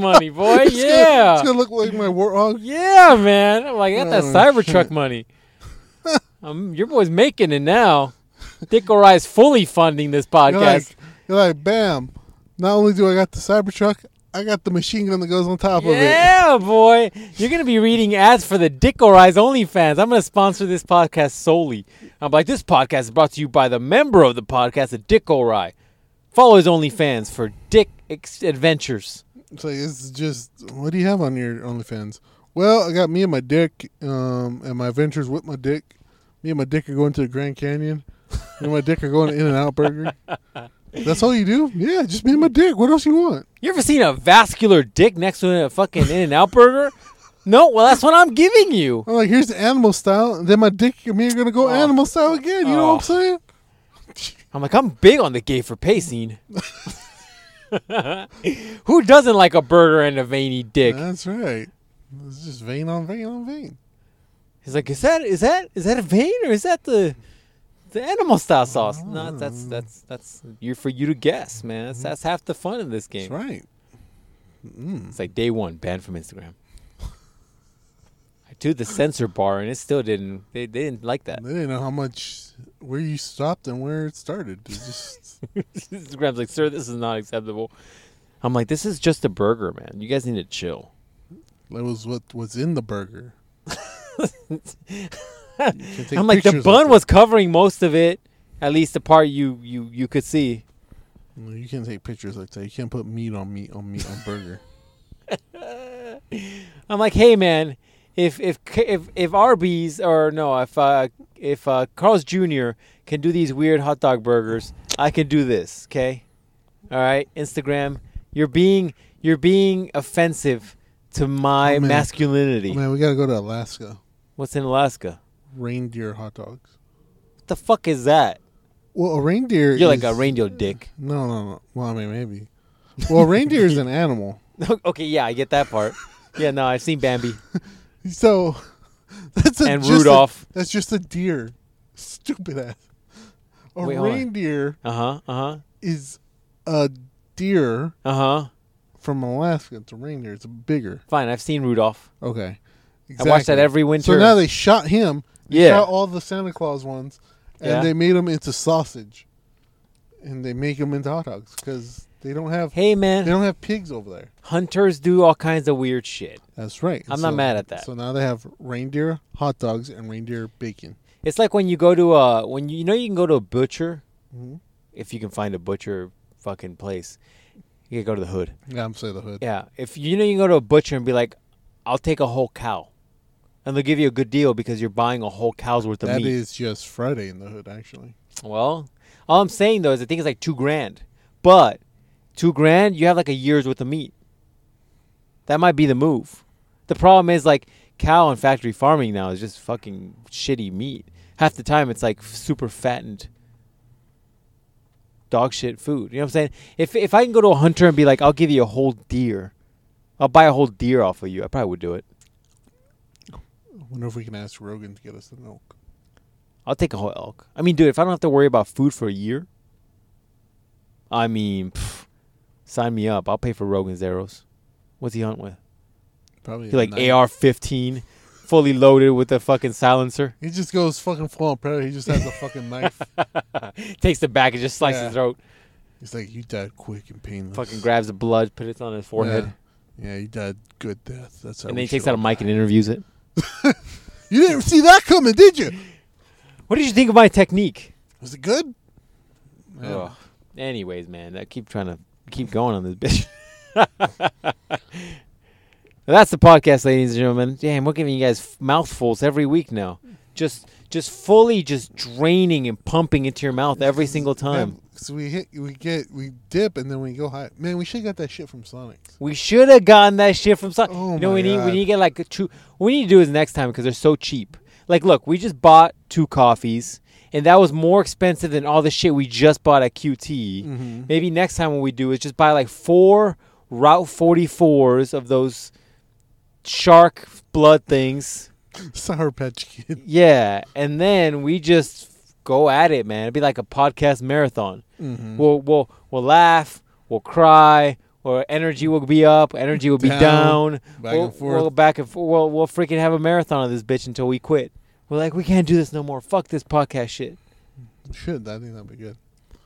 *laughs*
money, boy.
It's gonna-
yeah,
it's gonna look like my oh, warthog.
yeah, man. I'm like, I got that
Oh,
Cybertruck
shit. *laughs*
money. um, your boy's making it now. Dick O'Reilly's fully funding this podcast.
You're like, you're like, bam! Not only do I got the Cybertruck, I got the machine gun that goes on top of it.
Yeah, boy. You're going to be reading ads for the Dick or Eyes OnlyFans. I'm going to sponsor this podcast solely. I'm like, this podcast is brought to you by the member of the podcast, the Dick O'Reilly. Follow his OnlyFans for dick ex- adventures.
It's like it's just, what do you have on your OnlyFans? Well, I got me and my dick, um, and my adventures with my dick. Me and my dick are going to the Grand Canyon. me and my dick are going to In and Out Burger.
*laughs*
That's all you do? Yeah, just me and my dick. What else you want?
You ever seen a vascular dick next to a fucking In and Out burger? No, well, that's what I'm giving you.
I'm like, here's the animal style, and then my dick and me are gonna go
Oh.
animal style again. You know what I'm saying?
I'm like, I'm big on the gay for pay scene. *laughs* Who doesn't like a burger and a veiny dick?
That's right. It's just vein on vein on vein.
He's like, is that is that is that a vein or is that the the animal style sauce?
Oh.
No, that's that's that's you're for you to guess, man. That's that's half the fun of this
Mm-hmm. That's
game.
right. Mm.
It's like day one banned from Instagram. I do the censor bar and it still didn't. They they didn't
*laughs*
like that. *laughs*
They didn't know how much where you stopped and where it started. It's
*laughs*
just
Instagram's like, sir, this is not acceptable. I'm like, this is just a burger, man. You guys need
*laughs*
to chill.
that was what was in the burger.
I'm like, the bun was covering most of it, at least the part you you you could see.
You
*laughs*
can't take pictures like that. You can't put meat on meat on meat on burger.
I'm like, hey man, if if if if Arby's or no, if uh, if uh, Carl's Jr. can do these weird hot dog burgers, I can do this. Okay, all right. Instagram, you're being you're being offensive to my
Oh, man.
masculinity.
Man, we gotta go to Alaska.
What's in Alaska?
Reindeer hot dogs.
What the fuck is that?
Well, a reindeer.
You're like
is-
a reindeer dick. *laughs*
No, no, no. Well, I mean, maybe. Well, a reindeer is an animal.
okay, yeah, I get that part. Yeah, no, I've seen
*laughs*
Bambi
So *laughs* that's a,
and
just a-
Rudolph.
that's just a deer. Stupid ass. A
Wait, hold on.
reindeer
Uh huh. Uh huh.
is a deer
Uh huh.
from Alaska. It's a reindeer. It's bigger.
Fine, I've seen Rudolph.
Okay.
I watch that
Exactly.
every winter.
So now they shot him. They
Yeah.
shot all the Santa Claus ones, and
Yeah.
they made him into sausage, and they make him into hot dogs because they don't have
hey
they
man,
don't have pigs over there.
hunters do all kinds of weird shit.
That's right.
I'm not
So-
mad at that.
So now they have reindeer hot dogs and reindeer bacon.
It's like when you go to uh when you, you know you can go to a butcher
Mhm.
if you can find a butcher fucking place. You can go to the hood.
Yeah, I'm saying the hood.
Yeah, if you know you can go to a butcher and be like, "I'll take a whole cow," and they'll give you a good deal because you're buying a whole cow's worth of
That
meat.
is just Friday in the hood, actually.
Well, all I'm saying though is I think it's like two grand, but two grand you have like a year's worth of meat. That might be the move. The problem is like cow and factory farming now is just fucking shitty meat. Half the time it's like super fattened dog shit food. You know what I'm saying? If if I can go to a hunter and be like, I'll give you a whole deer, I'll buy a whole deer off of you. I probably would do it.
I wonder if we can ask Rogan to get us the milk.
I'll take a whole elk. I mean, dude, if I don't have to worry about food for a year, I mean, pff, sign me up. I'll pay for Rogan's arrows. What's he hunt with?
Probably
He like
a knife.
AR-15, fully loaded with a fucking silencer.
He just goes fucking full on predator. He just has a fucking *laughs* knife.
*laughs* Takes the back and just slices
Yeah.
his throat.
He's like, you died quick and painless.
Fucking grabs the blood, puts it on his forehead,
Yeah, yeah you died good death. That's how.
and
we
then he takes
should
out a
all
mic
die.
and interviews it.
You didn't see that coming, did you?
What did you think of my technique?
Was it good? Yeah.
Ugh. Anyways, man, I keep trying to keep going on this bitch. *laughs* That's the podcast, ladies and gentlemen. Damn, we're giving you guys mouthfuls every week now. Just, just fully, just draining and pumping into your mouth every single time.
Man, so we hit, we get, we dip, and then we go high. Man, we should have got that shit from Sonic's. *laughs*
We should have gotten that shit from some.
Oh
you know,
my
we need, we
God.
need to get like a two. What we need to do is next time because they're so cheap. Like, look, we just bought two coffees, and that was more expensive than all the shit we just bought at QT.
Mhm.
Maybe next time what we do is just buy like four Route 44s of those shark blood things.
Sour Patch Kid.
Yeah, and then we just go at it, man. It'd be like a podcast marathon.
Mm-hmm.
We'll we'll we'll laugh, we'll cry, or energy will be up, energy will be
Down,
down.
back
we'll,
and forth.
We'll back and forth. We'll, we'll freaking have a marathon of this bitch until we quit. We're like, we can't do this no more. Fuck this podcast shit.
should I think that'd be good.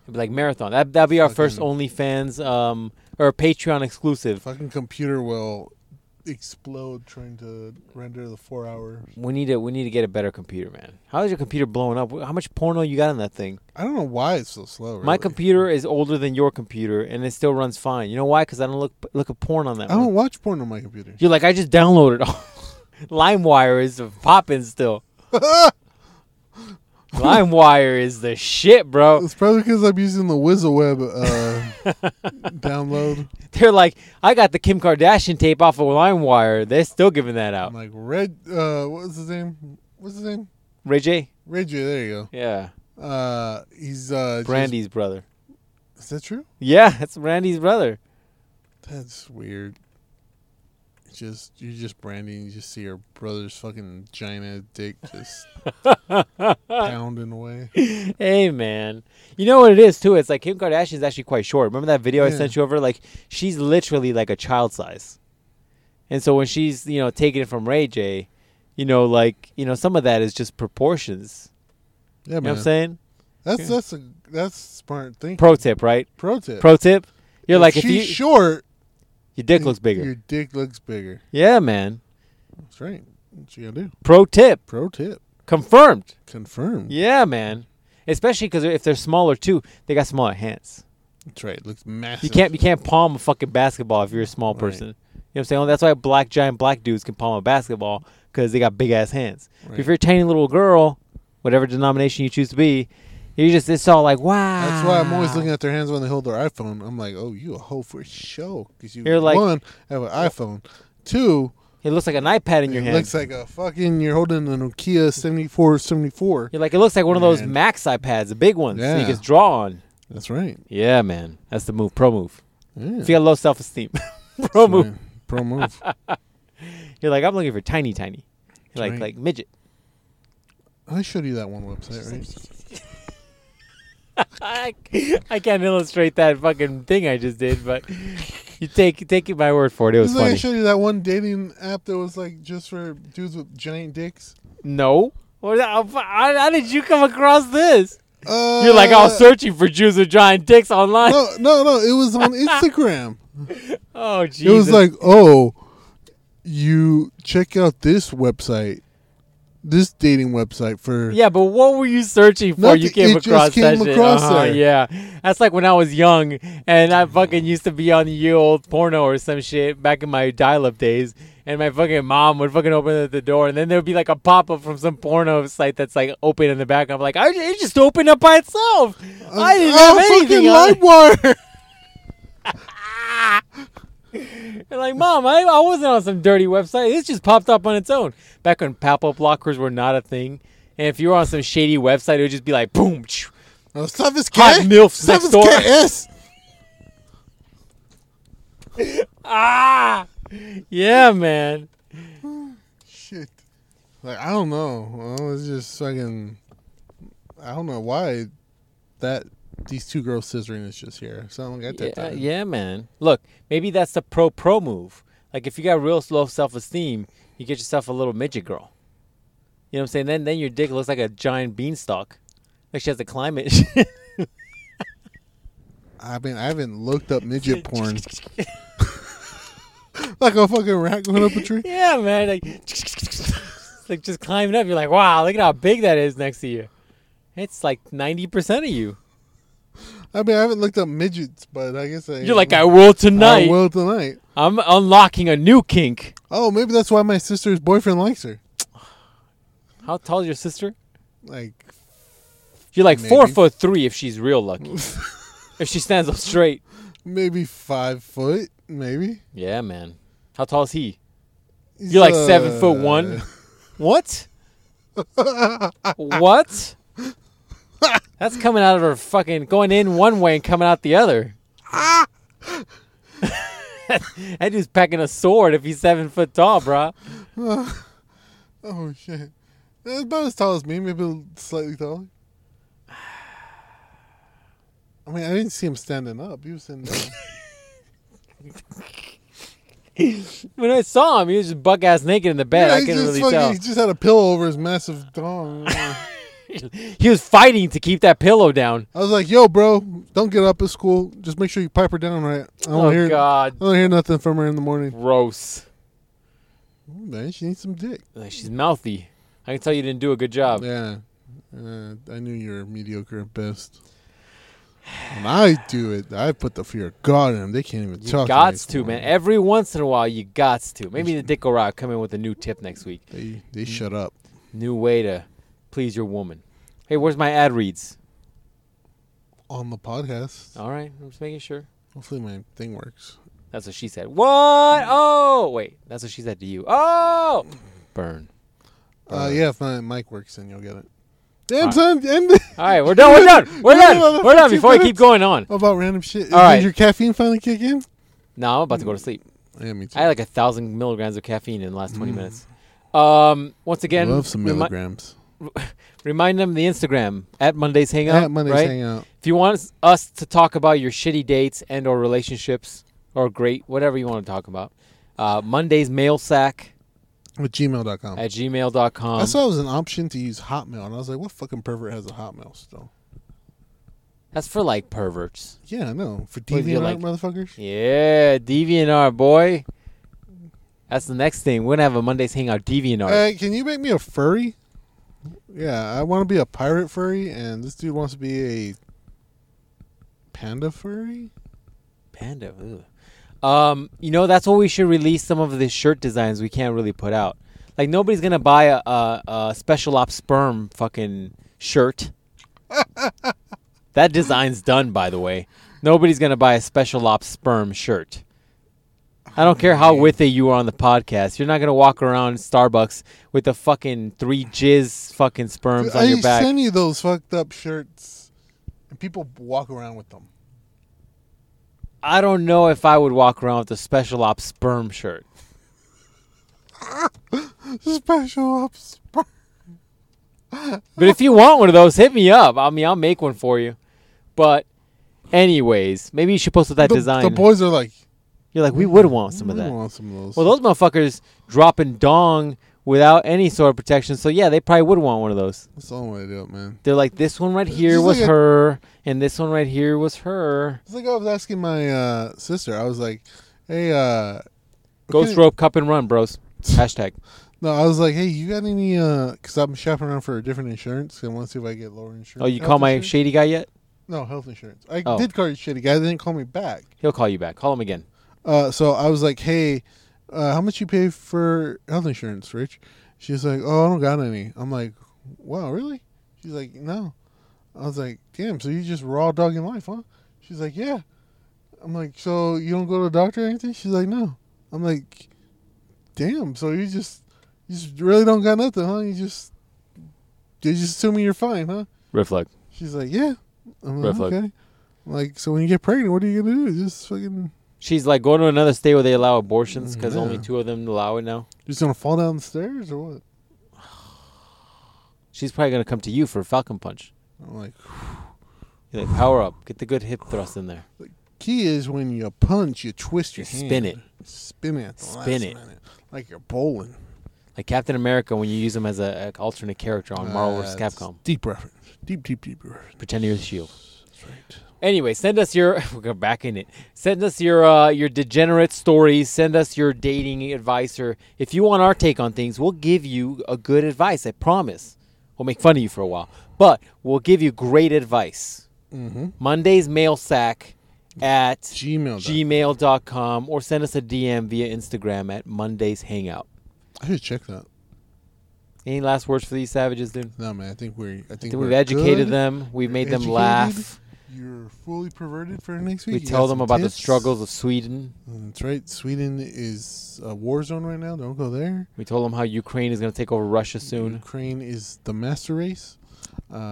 It'd be like marathon. That that'd be our first
Fucking-
OnlyFans um or Patreon exclusive.
Fucking computer will explode trying to render the four hours.
We need to we need to get a better computer, man. How is your computer blowing up? How much porno you got on that thing?
I don't know why it's so slow. Really.
My computer is older than your computer, and it still runs fine. You know why? Because I don't look look at porn on that.
I
one.
don't watch porn on my computer.
You're like I just downloaded. all- *laughs* LimeWire is popping still. LimeWire is the shit, bro.
It's probably because I'm using the WYSIWYG uh,
*laughs*
download.
They're like, I got the Kim Kardashian tape off of LimeWire. They're still giving that
I'm
out.
like Red. Uh, what was his name? What's his name?
Ray J.
Reggie. There you
Yeah,
go. Uh, he's uh, just-
Brandy's brother.
is that true?
Yeah, that's Brandy's brother.
That's weird. It's Just you just Brandy, and you just see your brother's fucking giant ass dick
*laughs*
just pounding away.
Hey man, you know what it is too. It's like Kim Kardashian's actually quite short. Remember that video I
Yeah.
sent you over? Like she's literally like a child size, and so when she's you know taking it from Ray J, you know like you know some of that is just proportions.
Yeah,
You know what I'm
man.
saying?
That's that's a that's smart thing. Pro,
Pro tip, right?
tip.
Pro tip. You're like if
she's
you
short,
your dick looks
Your
bigger.
dick looks bigger.
Yeah, man.
That's right. What you gonna do?
Pro tip
Pro tip
confirmed.
confirmed.
Yeah, man. Especially because if they're smaller too, they got smaller hands.
That's right. Looks massive.
You can't you can't palm a fucking basketball if you're a small
Right.
person. You know what I'm saying? That's why black giant black dudes can palm a basketball because they got big ass hands. But
Right.
if you're a tiny little girl, whatever denomination you choose to be, you just it's all like wow.
That's why I'm
Ah.
always looking at their hands when they hold their iPhone. I'm like, oh, you a hoe for show because you
You're like-
one have an iPhone, two
It looks like an iPad in your
it
hand.
looks like a fucking you're holding a Nokia seventy four seventy four.
You're like it looks like one of those
Man.
Max iPads, the big ones that you
Yeah.
can draw on.
That's right.
Yeah, man, that's the move. Pro move.
Yeah.
If you got low self esteem, *laughs* pro
That's
move.
right. Pro move.
*laughs* You're like I'm looking for tiny, tiny, You're like
Right.
like midget.
I showed you that one website, right?
I, I can't illustrate that fucking thing I just did, but you take take my word for it. It was
It's like I
funny.
showed you that one dating app that was like just for dudes with giant dicks.
No. What, how, how how did you come across this?
Uh,
You're like "Oh, I was searching for Jews with giant dicks online.
No, no, no. It was
*laughs*
on Instagram.
Oh Jesus!
It was like, oh, you check out this website, this dating website for.
yeah, but what were you searching for?
Nothing.
you came
It just
across
came
that
across
shit. Uh-huh,
there.
yeah, that's like when I was young and I fucking used to be on the year old porno or some shit back in my dial-up days. And my fucking mom would fucking open the- the door, and then there would be like a pop-up from some porno site that's like open in the back. I'm like, I, it just opened up by itself. I didn't
Oh,
have anything. on it."
fucking LimeWire.
*laughs*
*laughs*
And like, mom, I, I wasn't on some dirty website. This just popped up on its own. Back when pop-up blockers were not a thing, and if you were on some shady website, it would just be like, boom, tsh,
Oh, stuff is
Hot
K.
MILFs
Stuff
next
is
door.
KS.
ah, *laughs* yeah, man.
Shit. Like I don't know. Well, it's just fucking. I don't know why that these two girls scissoring is just here. Something like that.
Yeah,
time.
yeah, man. Look, maybe that's the pro pro move. Like, if you got real low self-esteem, you get yourself a little midget girl. You know what I'm saying? Then then your dick looks like a giant beanstalk. Like she has to climb *laughs* it.
I mean, I haven't looked up
*laughs*
midget porn. like a fucking rat going up a tree.
Yeah, man. Like, *laughs* like just climbing up. You're like, wow, look at how big that is next to you. It's like 90% of you.
I mean, I haven't looked up midgets, but I guess I.
You're like, I will tonight.
I will tonight.
I'm unlocking a new kink.
Oh, maybe that's why my sister's boyfriend likes her.
How tall is your sister?
Like,
You're like four
Maybe.
foot three if she's
*laughs*
real lucky. if she stands up straight.
maybe five foot, maybe.
Yeah, man. How tall is he?
He's,
You're like seven
uh,
foot one. What?
*laughs*
what? That's coming out of her fucking going in one way and coming out the other. *laughs* that dude's packing a sword if he's seven foot tall, bro.
Oh shit, that's about as tall as me. Maybe slightly taller. I mean, I didn't see him standing up. He was sitting
*laughs*
down.
When I saw him, he was just buck ass naked in the bed.
Yeah,
I
he
couldn't
just
really
fucking-
tell.
He just had a pillow over his massive dong.
*laughs*
I
He was fighting to keep that pillow down.
was like, "Yo, bro, don't get up at school. Just make sure you pipe her down right. I don't
Oh,
hear.
God.
I don't hear nothing from her in the morning.
Gross.
Ooh, man, she needs some dick.
Like, she's mouthy. I can tell you didn't do a good job.
Yeah, uh, I knew you were mediocre at best. When I do it, I put the fear of God in them. They can't even
You
talk.
gots
me
to,
anymore.
man. Every once in a while, you gots to. Maybe the dick will rock come in with a new tip next week.
They they
Mm.
shut up.
New way to please your woman. Hey, where's my ad reads?
on the podcast.
All right, I'm just making sure.
Hopefully, my thing works.
That's what she said. What? Oh, wait. That's what she said to you. Oh, burn.
Uh,
Alright.
yeah, if my mic works, then you'll get it. Damn,
Alright.
son. And
All right, we're done.
*laughs*
We're done. We're
No, no, no,
done.
no,
We're done.
15
Before I keep
minutes.
going on.
*laughs* about random shit.
Alright.
Did your caffeine finally kick in?
No, I'm about to go to sleep.
Yeah, me too.
I had like a thousand milligrams of caffeine in the last 20 minutes. Um, once again,
Mm. love some
remi- *laughs*
milligrams.
remind them the Instagram at Mondays Hangout.
At Monday's
right?
hangout.
If you want us- us to talk about your shitty dates and or relationships or great whatever you want to talk about, uh, Monday's mail sack
With gmail.com.
at gmail.com.
I saw it was an option to use Hotmail, and I was like, what fucking pervert has a Hotmail still?
That's for like perverts.
Yeah, I know. For
do you
DeviantArt,
like?
motherfuckers?
Yeah, DeviantArt boy. That's the next thing. We're gonna have a Mondays hangout DeviantArt.
Hey, can you make me a furry? Yeah, I want to be a pirate furry, and this dude wants to be a panda furry?
Panda. Ooh. Um, you know, that's why we should release some of the shirt designs we can't really put out. Like nobody's gonna buy a, a, a special op sperm fucking shirt. that design's done, by the way. Nobody's gonna buy a special op sperm shirt. I don't care how with it you are on the podcast. You're not gonna walk around Starbucks with a fucking three jizz fucking sperms on
I
your back.
send you those fucked up shirts, and people walk around with them.
I don't know if I would walk around with a special op sperm shirt.
Special ops.
But if you want one of those, hit me up. I mean, I'll make one for you. But, anyways, maybe you should post with that
The,
design.
the boys are like,
You're like, we would want some of
"We
that.
want some of those.
Well, those motherfuckers dropping dong without any sort of protection. So yeah, they probably would want one of those.
That's the only way to do it, man.
They're like, this one right here
Just
was
like a-
her, and this one right here was her.
It's like I was asking my uh, sister. I was like, "Hey, uh,
Ghost
okay-
rope, cup and run, bros.
*laughs*
Hashtag.
No, I was like, "Hey, you got any?" Because I'm shopping around for a different insurance. and I want to see if I get lower insurance.
Oh, you
health
call my
insurance?
shady guy yet?
No, health insurance. I
Oh.
did call you shitty guy. They didn't call me back.
He'll call you back. Call him again.
Uh, so I was like, "Hey, uh, how much you pay for health insurance, Rich?" She's like, "Oh, I don't got any." I'm like, "Wow, really?" She's like, "No." I was like, "Damn, so you just raw dogging life, huh?" She's like, "Yeah." I'm like, "So you don't go to the doctor or anything?" She's like, "No." I'm like, "Damn, so you just you just really don't got nothing, huh? You just you just assuming you're fine, huh?"
Red flag.
She's like, "Yeah." I'm like,
Red flag.
"Okay." I'm like, so when you get pregnant, what are you gonna do? Just fucking
She's like, go to another state where they allow abortions because
Mm, Yeah.
only two of them allow it now.
just gonna fall down the stairs or what?
She's probably gonna come to you for a falcon punch.
I'm like,
You're like, power up, get the good hip thrust in there.
key is when you punch, you twist your
You spin
hand. Spin it. at the last
Spin it.
minute, like you're bowling. like
Like Captain America when you use him as a, a alternate character on Marvel vs. Capcom.
Deep reference. Deep, deep, deep reference.
Pretend you're the shield.
That's right.
Anyway, send us your *laughs* we'll go back in it. Send us your uh, your degenerate stories. Send us your dating advice, or if you want our take on things, we'll give you a good advice. I promise. We'll make fun of you for a while, but we'll give you great advice.
Mm-hmm.
Monday's mail sack at
Gmail. G-
gmail.com or send us a DM via Instagram at Monday's Hangout.
I should check that.
Any last words for these savages, dude?
No, man. I think we're. I think
Think
we're
we've educated
good.
them. We've
We're
made them
educated.
laugh.
You're fully perverted for next week.
We
You got
tell them
some
about the
tips.
struggles of Sweden.
That's right. Sweden is a war zone right now. Don't go there.
We told them how Ukraine is going to take over Russia soon.
Ukraine is the master race.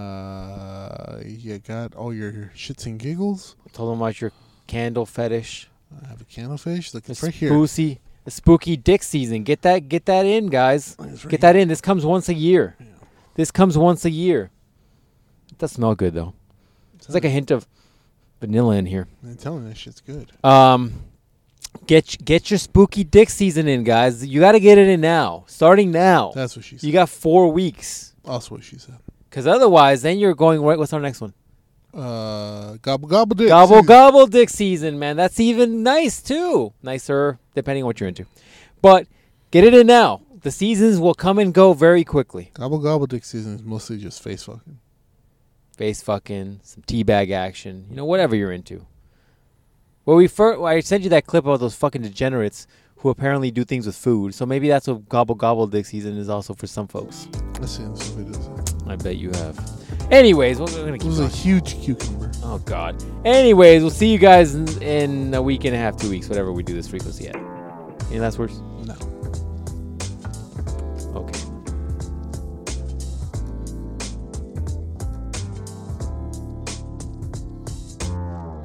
Uh, you got all your shits and giggles.
Told them about your candle fetish.
I have a candlefish. Look,
The
it's right here.
spooky, the spooky dick season. Get that, get that in, guys.
It's right
Get that in. This comes once a year. This comes once a year. It does smell good though. It's like a hint of vanilla in here.
I'm telling you, that shit's good.
Um, get get your spooky dick season in, guys. You got to get it in now. Starting now.
That's what she said.
You got four weeks.
That's what she said.
Cause otherwise, then you're going right. What's our next one?
Uh, gobble gobble dick.
gobble
season.
gobble dick season, man. That's even nice too. Nicer, depending on what you're into. But get it in now. The seasons will come and go very quickly.
Gobble gobble dick season is mostly just face fucking.
Face fucking, some teabag action, you know, whatever you're into. Well, we first, I sent you that clip about those fucking degenerates who apparently do things with food. So maybe that's what gobble gobble dick season is also for some folks.
That's the end of the video.
I bet you have. Anyways, we're gonna
It
keep
was a
going.
huge cucumber.
Oh God. Anyways, we'll see you guys in, in a week and a half, two weeks, whatever we do this frequency at. Any last words?
No.